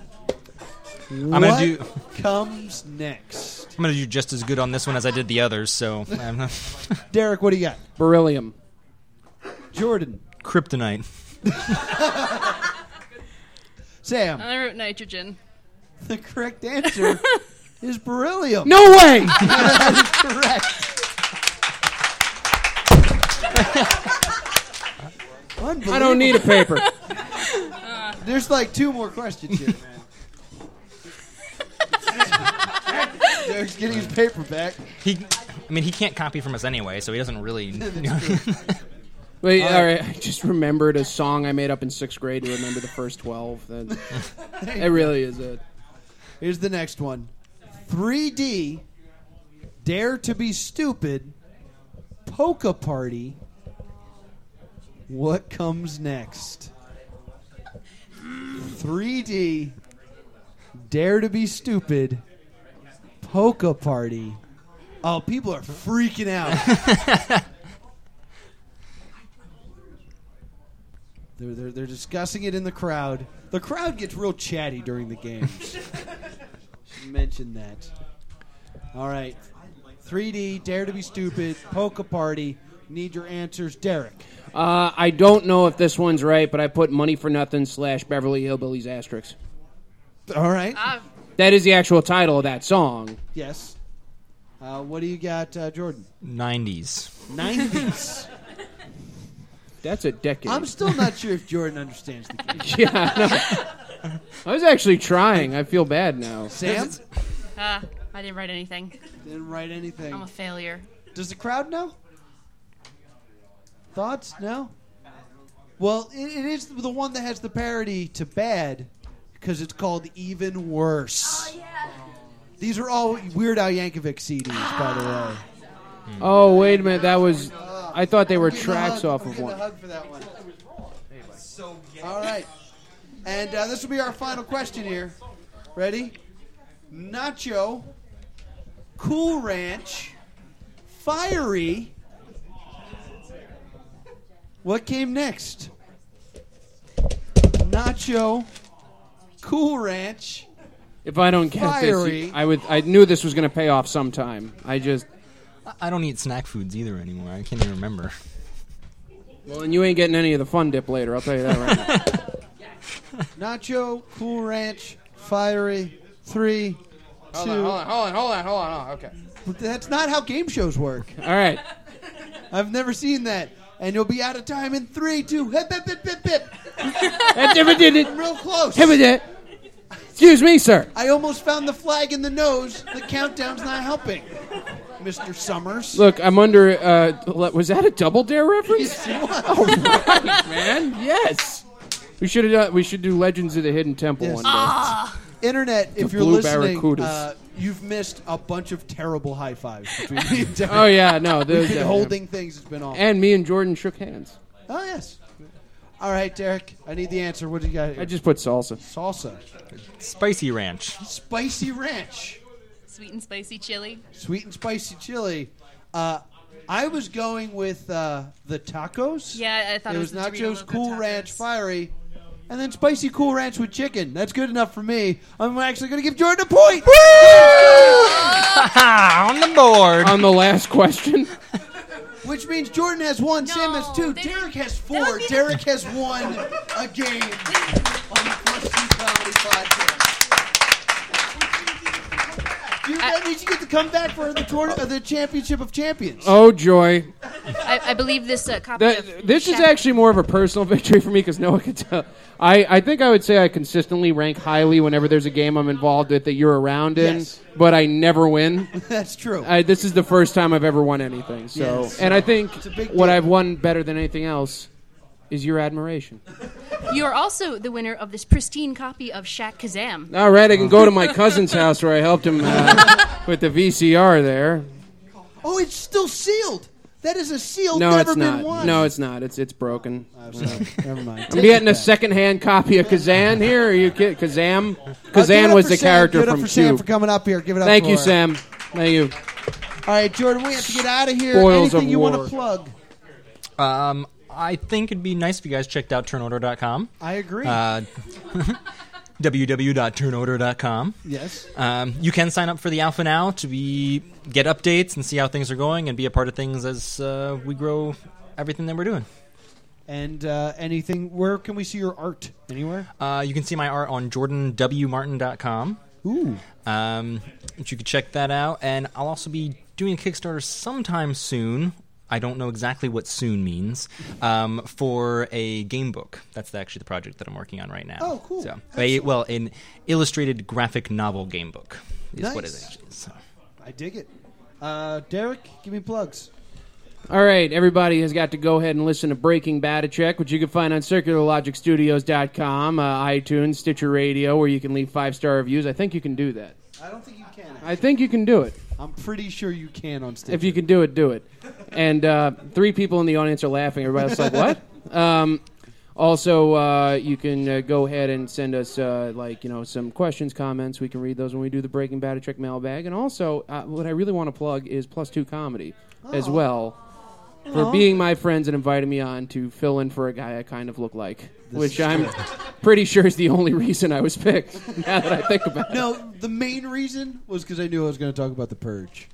Speaker 5: I'm
Speaker 4: What
Speaker 5: gonna do.
Speaker 4: comes next?
Speaker 5: I'm gonna do just as good on this one as I did the others. So I'm not.
Speaker 4: Derek, what do you got?
Speaker 3: Beryllium.
Speaker 4: Jordan,
Speaker 5: Kryptonite.
Speaker 4: Sam.
Speaker 3: Uh,
Speaker 6: I wrote nitrogen.
Speaker 4: The correct answer is beryllium.
Speaker 3: No way!
Speaker 4: correct. Unbelievable.
Speaker 3: I don't need a paper.
Speaker 4: There's like two more questions here, man. Derek's getting his paper back.
Speaker 5: He. I mean, he can't copy from us anyway, so he doesn't really.
Speaker 3: Wait, all right. I just remembered a song I made up in sixth grade to remember the first 12. That, that really is it.
Speaker 4: Here's the next one 3D, Dare to be Stupid, Polka Party. What comes next? 3D, Dare to Be Stupid, Polka Party. Oh, people are freaking out. they're, they're, they're discussing it in the crowd. The crowd gets real chatty during the game. Mention that. All right. 3D, Dare to Be Stupid, Polka Party. Need your answers, Derek.
Speaker 3: Uh, I don't know if this one's right, but I put money for nothing slash Beverly Hillbillies asterisk.
Speaker 4: All right.
Speaker 6: Ah,
Speaker 3: That is the actual title of that song.
Speaker 4: Yes. Uh, what do you got, uh, Jordan?
Speaker 5: 90s.
Speaker 4: 90s.
Speaker 3: That's a decade.
Speaker 4: I'm still not sure if Jordan understands the game.
Speaker 3: yeah, I know. I was actually trying. I feel bad now.
Speaker 4: Sam
Speaker 6: ah, I didn't write anything.
Speaker 4: didn't write
Speaker 6: I'm
Speaker 4: anything.
Speaker 6: a failure.
Speaker 4: Does the crowd know? Thoughts? No? Well, it, it is the one that has the parody to bad because it's called Even Worse. These are all Weird Al Yankovic CDs, by the way.
Speaker 3: Oh wait a minute, that was. I thought they were tracks
Speaker 4: Getting a hug.
Speaker 3: off
Speaker 4: I'm
Speaker 3: of
Speaker 4: getting a
Speaker 3: one.
Speaker 4: hug for that one. All right. And uh, this will be our final question here. Ready? Nacho, Cool Ranch, Fiery. What came next? Nacho, Cool Ranch.
Speaker 3: If I don't get this,
Speaker 4: Fiery.
Speaker 3: you- I would. I knew this was going to pay off sometime. I just.
Speaker 5: I- I don't eat snack foods either anymore. I can't even remember.
Speaker 3: Well, and you ain't getting any of the fun dip later. I'll tell you that right now.
Speaker 4: Nacho, Cool Ranch, Fiery. Three,
Speaker 3: Hold
Speaker 4: two.
Speaker 3: on, hold on, hold on, hold on, hold on. Okay.
Speaker 4: That's not how game shows work.
Speaker 3: All right.
Speaker 4: I've never seen that. And you'll be out of time in three, two, hip, hip, hip, hip, hip.
Speaker 3: That never did it.
Speaker 4: Real close.
Speaker 3: Never did. it. Excuse me, sir.
Speaker 4: I almost found the flag in the nose. The countdown's not helping, Mr. Summers.
Speaker 3: Look, I'm under. Uh, le- was that a double dare reference?
Speaker 4: Yes, it was.
Speaker 3: Oh, right, man. Yes. We should have done. We should do Legends of the Hidden Temple
Speaker 4: Yes.
Speaker 3: one day.
Speaker 4: Internet, if
Speaker 3: The
Speaker 4: you're
Speaker 3: blue
Speaker 4: listening,
Speaker 3: barracudas.
Speaker 4: uh, you've missed a bunch of terrible high fives between me and Derek.
Speaker 3: Oh yeah, no.
Speaker 4: We've
Speaker 3: There's
Speaker 4: been
Speaker 3: that.
Speaker 4: holding things. It's been awful.
Speaker 3: And me and Jordan shook hands.
Speaker 4: Oh yes. All right, Derek. I need the answer. What do you got? Here?
Speaker 3: I just put salsa.
Speaker 4: salsa,
Speaker 5: Spicy ranch.
Speaker 4: spicy ranch.
Speaker 6: Sweet and spicy chili.
Speaker 4: sweet and spicy chili. Uh, I was going with uh, the tacos.
Speaker 6: Yeah, I- I thought it was the
Speaker 4: Nacho's
Speaker 6: Dorito Loco
Speaker 4: Cool
Speaker 6: tacos.
Speaker 4: Ranch Fiery, and then spicy Cool Ranch with chicken. That's good enough for me. I'm actually going to give Jordan a point.
Speaker 5: Ha! Ah, On the board.
Speaker 3: On the last question,
Speaker 4: Which means Jordan has one, Sam has two,
Speaker 6: they-
Speaker 4: Derek has
Speaker 6: that
Speaker 4: four,
Speaker 6: would be the-
Speaker 4: Derek has won a game on the Plus Two Comedy Podcast. Dude, that means you get to come back for the tour, uh, the championship of champions.
Speaker 3: oh joy!
Speaker 6: I, I believe this uh, copy
Speaker 3: That,
Speaker 6: of
Speaker 3: this is
Speaker 6: Shack-
Speaker 3: actually more of a personal victory for me because no one could tell. I, I think I would say I consistently rank highly whenever there's a game I'm involved with that you're around in,
Speaker 4: Yes.
Speaker 3: but I never win.
Speaker 4: That's true.
Speaker 3: I, this is the first time I've ever won anything. So,
Speaker 4: Yes.
Speaker 3: and I think
Speaker 4: a big
Speaker 3: what
Speaker 4: deal.
Speaker 3: I've won better than anything else is your admiration.
Speaker 6: You are also the winner of this pristine copy of Shaq Kazam.
Speaker 3: All right, I can go to my cousin's house where I helped him uh, with the VCR there.
Speaker 4: Oh, it's still sealed. That is a seal
Speaker 3: No,
Speaker 4: never
Speaker 3: it's
Speaker 4: been
Speaker 3: not.
Speaker 4: won.
Speaker 3: No, it's not. It's it's broken.
Speaker 4: I'm sorry. never mind.
Speaker 3: I'm getting a secondhand copy of Kazan here. Are you kidding? Kazam? Kazan was the character
Speaker 4: Give it up
Speaker 3: from
Speaker 4: for Uh, Sam for
Speaker 3: Cube.
Speaker 4: coming up here. Give it up.
Speaker 3: Thank
Speaker 4: for
Speaker 3: you,
Speaker 4: her.
Speaker 3: Sam. Thank you.
Speaker 4: All right, Jordan, we have to get out of here.
Speaker 3: Spoils
Speaker 4: Anything
Speaker 3: of
Speaker 4: you want
Speaker 3: war.
Speaker 4: to plug?
Speaker 5: Um, I think it'd be nice if you guys checked out turnorder.com.
Speaker 4: I agree.
Speaker 5: Uh, www.turnorder.com.
Speaker 4: yes.
Speaker 5: Um, you can sign up for the alpha now to be get updates and see how things are going and be a part of things as uh, we grow everything that we're doing.
Speaker 4: And uh, anything? Where can we see your art? Anywhere?
Speaker 5: Uh, you can see my art on jordanwmartin.com.
Speaker 4: Ooh.
Speaker 5: Um, but you can check that out, and I'll also be doing a Kickstarter sometime soon. I don't know exactly what "soon" means um, for a game book. That's actually the project that I'm working on right now.
Speaker 4: Oh, cool.
Speaker 5: So, a, well, an illustrated graphic novel game book is what it
Speaker 4: Nice.
Speaker 5: actually is. So.
Speaker 4: I dig it. Uh, Derek, give me plugs.
Speaker 3: All right, everybody has got to go ahead and listen to Breaking Bata Check, which you can find on circularlogicstudios.com, uh, iTunes, Stitcher Radio, where you can leave five star reviews. I think you can do that.
Speaker 4: I don't think you can.
Speaker 3: I think you can do it.
Speaker 4: I'm pretty sure you can on stage.
Speaker 3: If you can do it, do it. And uh, three people in the audience are laughing. Everybody else is like, what? Um, Also, uh, you can uh, go ahead and send us uh, like you know some questions, comments. We can read those when we do the Breaking Bad a Trick mailbag. And also, uh, what I really want to plug is Plus Two Comedy as well for being my friends and inviting me on to fill in for a guy I kind of look like, which I'm pretty sure is the only reason I was picked. Now that I think about it,
Speaker 4: No, the main reason was because I knew I was going to talk about the purge.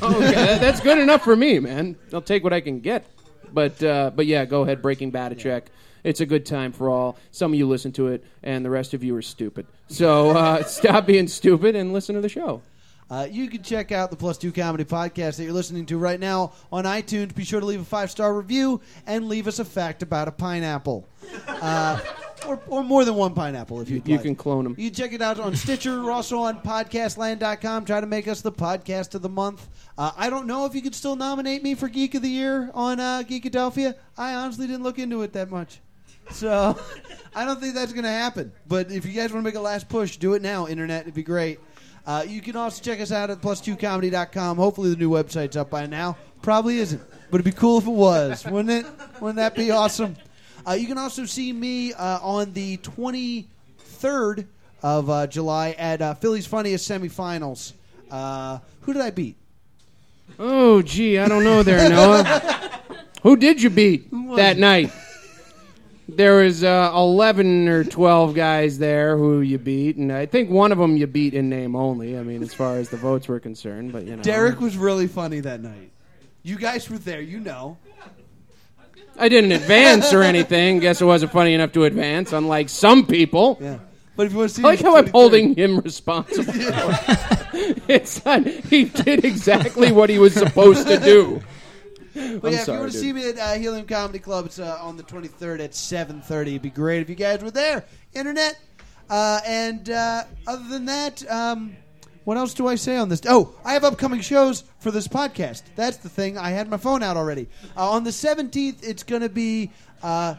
Speaker 3: okay, that- that's good enough for me, man. I'll take what I can get. But uh, but yeah, go ahead, Breaking Bad a check. It's a good time for all. Some of you listen to it, and the rest of you are stupid. So uh, stop being stupid and listen to the show.
Speaker 4: Uh, you can check out the Plus Two Comedy podcast that you're listening to right now on iTunes. Be sure to leave a five star review and leave us a fact about a pineapple. Uh, or, or more than one pineapple if you'd
Speaker 3: You
Speaker 4: like.
Speaker 3: can clone 'em.
Speaker 4: You can check it out on Stitcher. We're also on podcastland.com. Try to make us the podcast of the month. Uh, I don't know if you could still nominate me for Geek of the Year on uh, Geekadelphia. I honestly didn't look into it that much. So I don't think that's going to happen. But if you guys want to make a last push, do it now, Internet. It'd be great. Uh, you can also check us out at plus2comedy.com. Hopefully, the new website's up by now. Probably isn't, but it'd be cool if it was, wouldn't it? Wouldn't that be awesome? Uh, you can also see me uh, on the 23rd of uh, July at uh, Philly's Funniest Semifinals. Uh, who did I beat?
Speaker 3: Oh, gee, I don't know there, Noah. Who did you beat that night? There was uh, eleven or twelve guys there who you beat, and I think one of them you beat in name only. I mean, as far as the votes were concerned, but you know,
Speaker 4: Derek was really funny that night. You guys were there, you know.
Speaker 3: I didn't advance or anything. Guess it wasn't funny enough to advance, unlike some people.
Speaker 4: Yeah. But if you want to see
Speaker 3: I like
Speaker 4: the
Speaker 3: how I'm
Speaker 4: 23rd
Speaker 3: holding him responsible. it's not, he did exactly what he was supposed to do.
Speaker 4: But
Speaker 3: I'm
Speaker 4: yeah,
Speaker 3: sorry,
Speaker 4: if you want to
Speaker 3: dude.
Speaker 4: see me at uh, Helium Comedy Club, it's uh, on the 23rd at 7:30. It'd be great if you guys were there. Internet. Uh, and uh, other than that, um, what else do I say on this? Oh, I have upcoming shows for this podcast. That's the thing. I had my phone out already. Uh, on the 17th, it's going to be. Uh,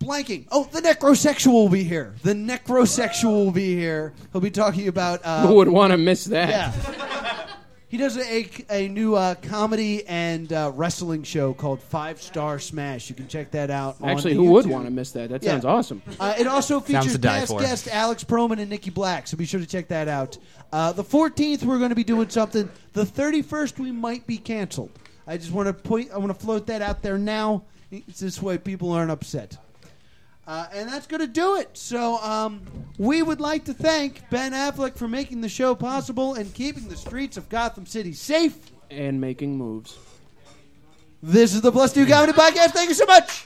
Speaker 4: blanking. Oh, the necrosexual will be here. The necrosexual will be here. He'll be talking about uh,
Speaker 3: Who would want to miss that?
Speaker 4: yeah. He does a, a new uh, comedy and uh, wrestling show called Five Star Smash. You can check that out.
Speaker 3: Actually,
Speaker 4: on
Speaker 3: who would
Speaker 4: YouTube.
Speaker 3: want to miss that? That
Speaker 4: Yeah.
Speaker 3: sounds awesome.
Speaker 4: Uh, it also features
Speaker 5: to die
Speaker 4: past
Speaker 5: for.
Speaker 4: guest Alex Proman and Nikki Black, so be sure to check that out. Uh, the 14th, we're going to be doing something. The 31st, we might be canceled. I just want to point. I want to float that out there now. It's this way people aren't upset. Uh, and that's going to do it. So um, we would like to thank Ben Affleck for making the show possible and keeping the streets of Gotham City safe.
Speaker 3: And making moves.
Speaker 4: This is the Plus Two Comedy Podcast. Thank you so much.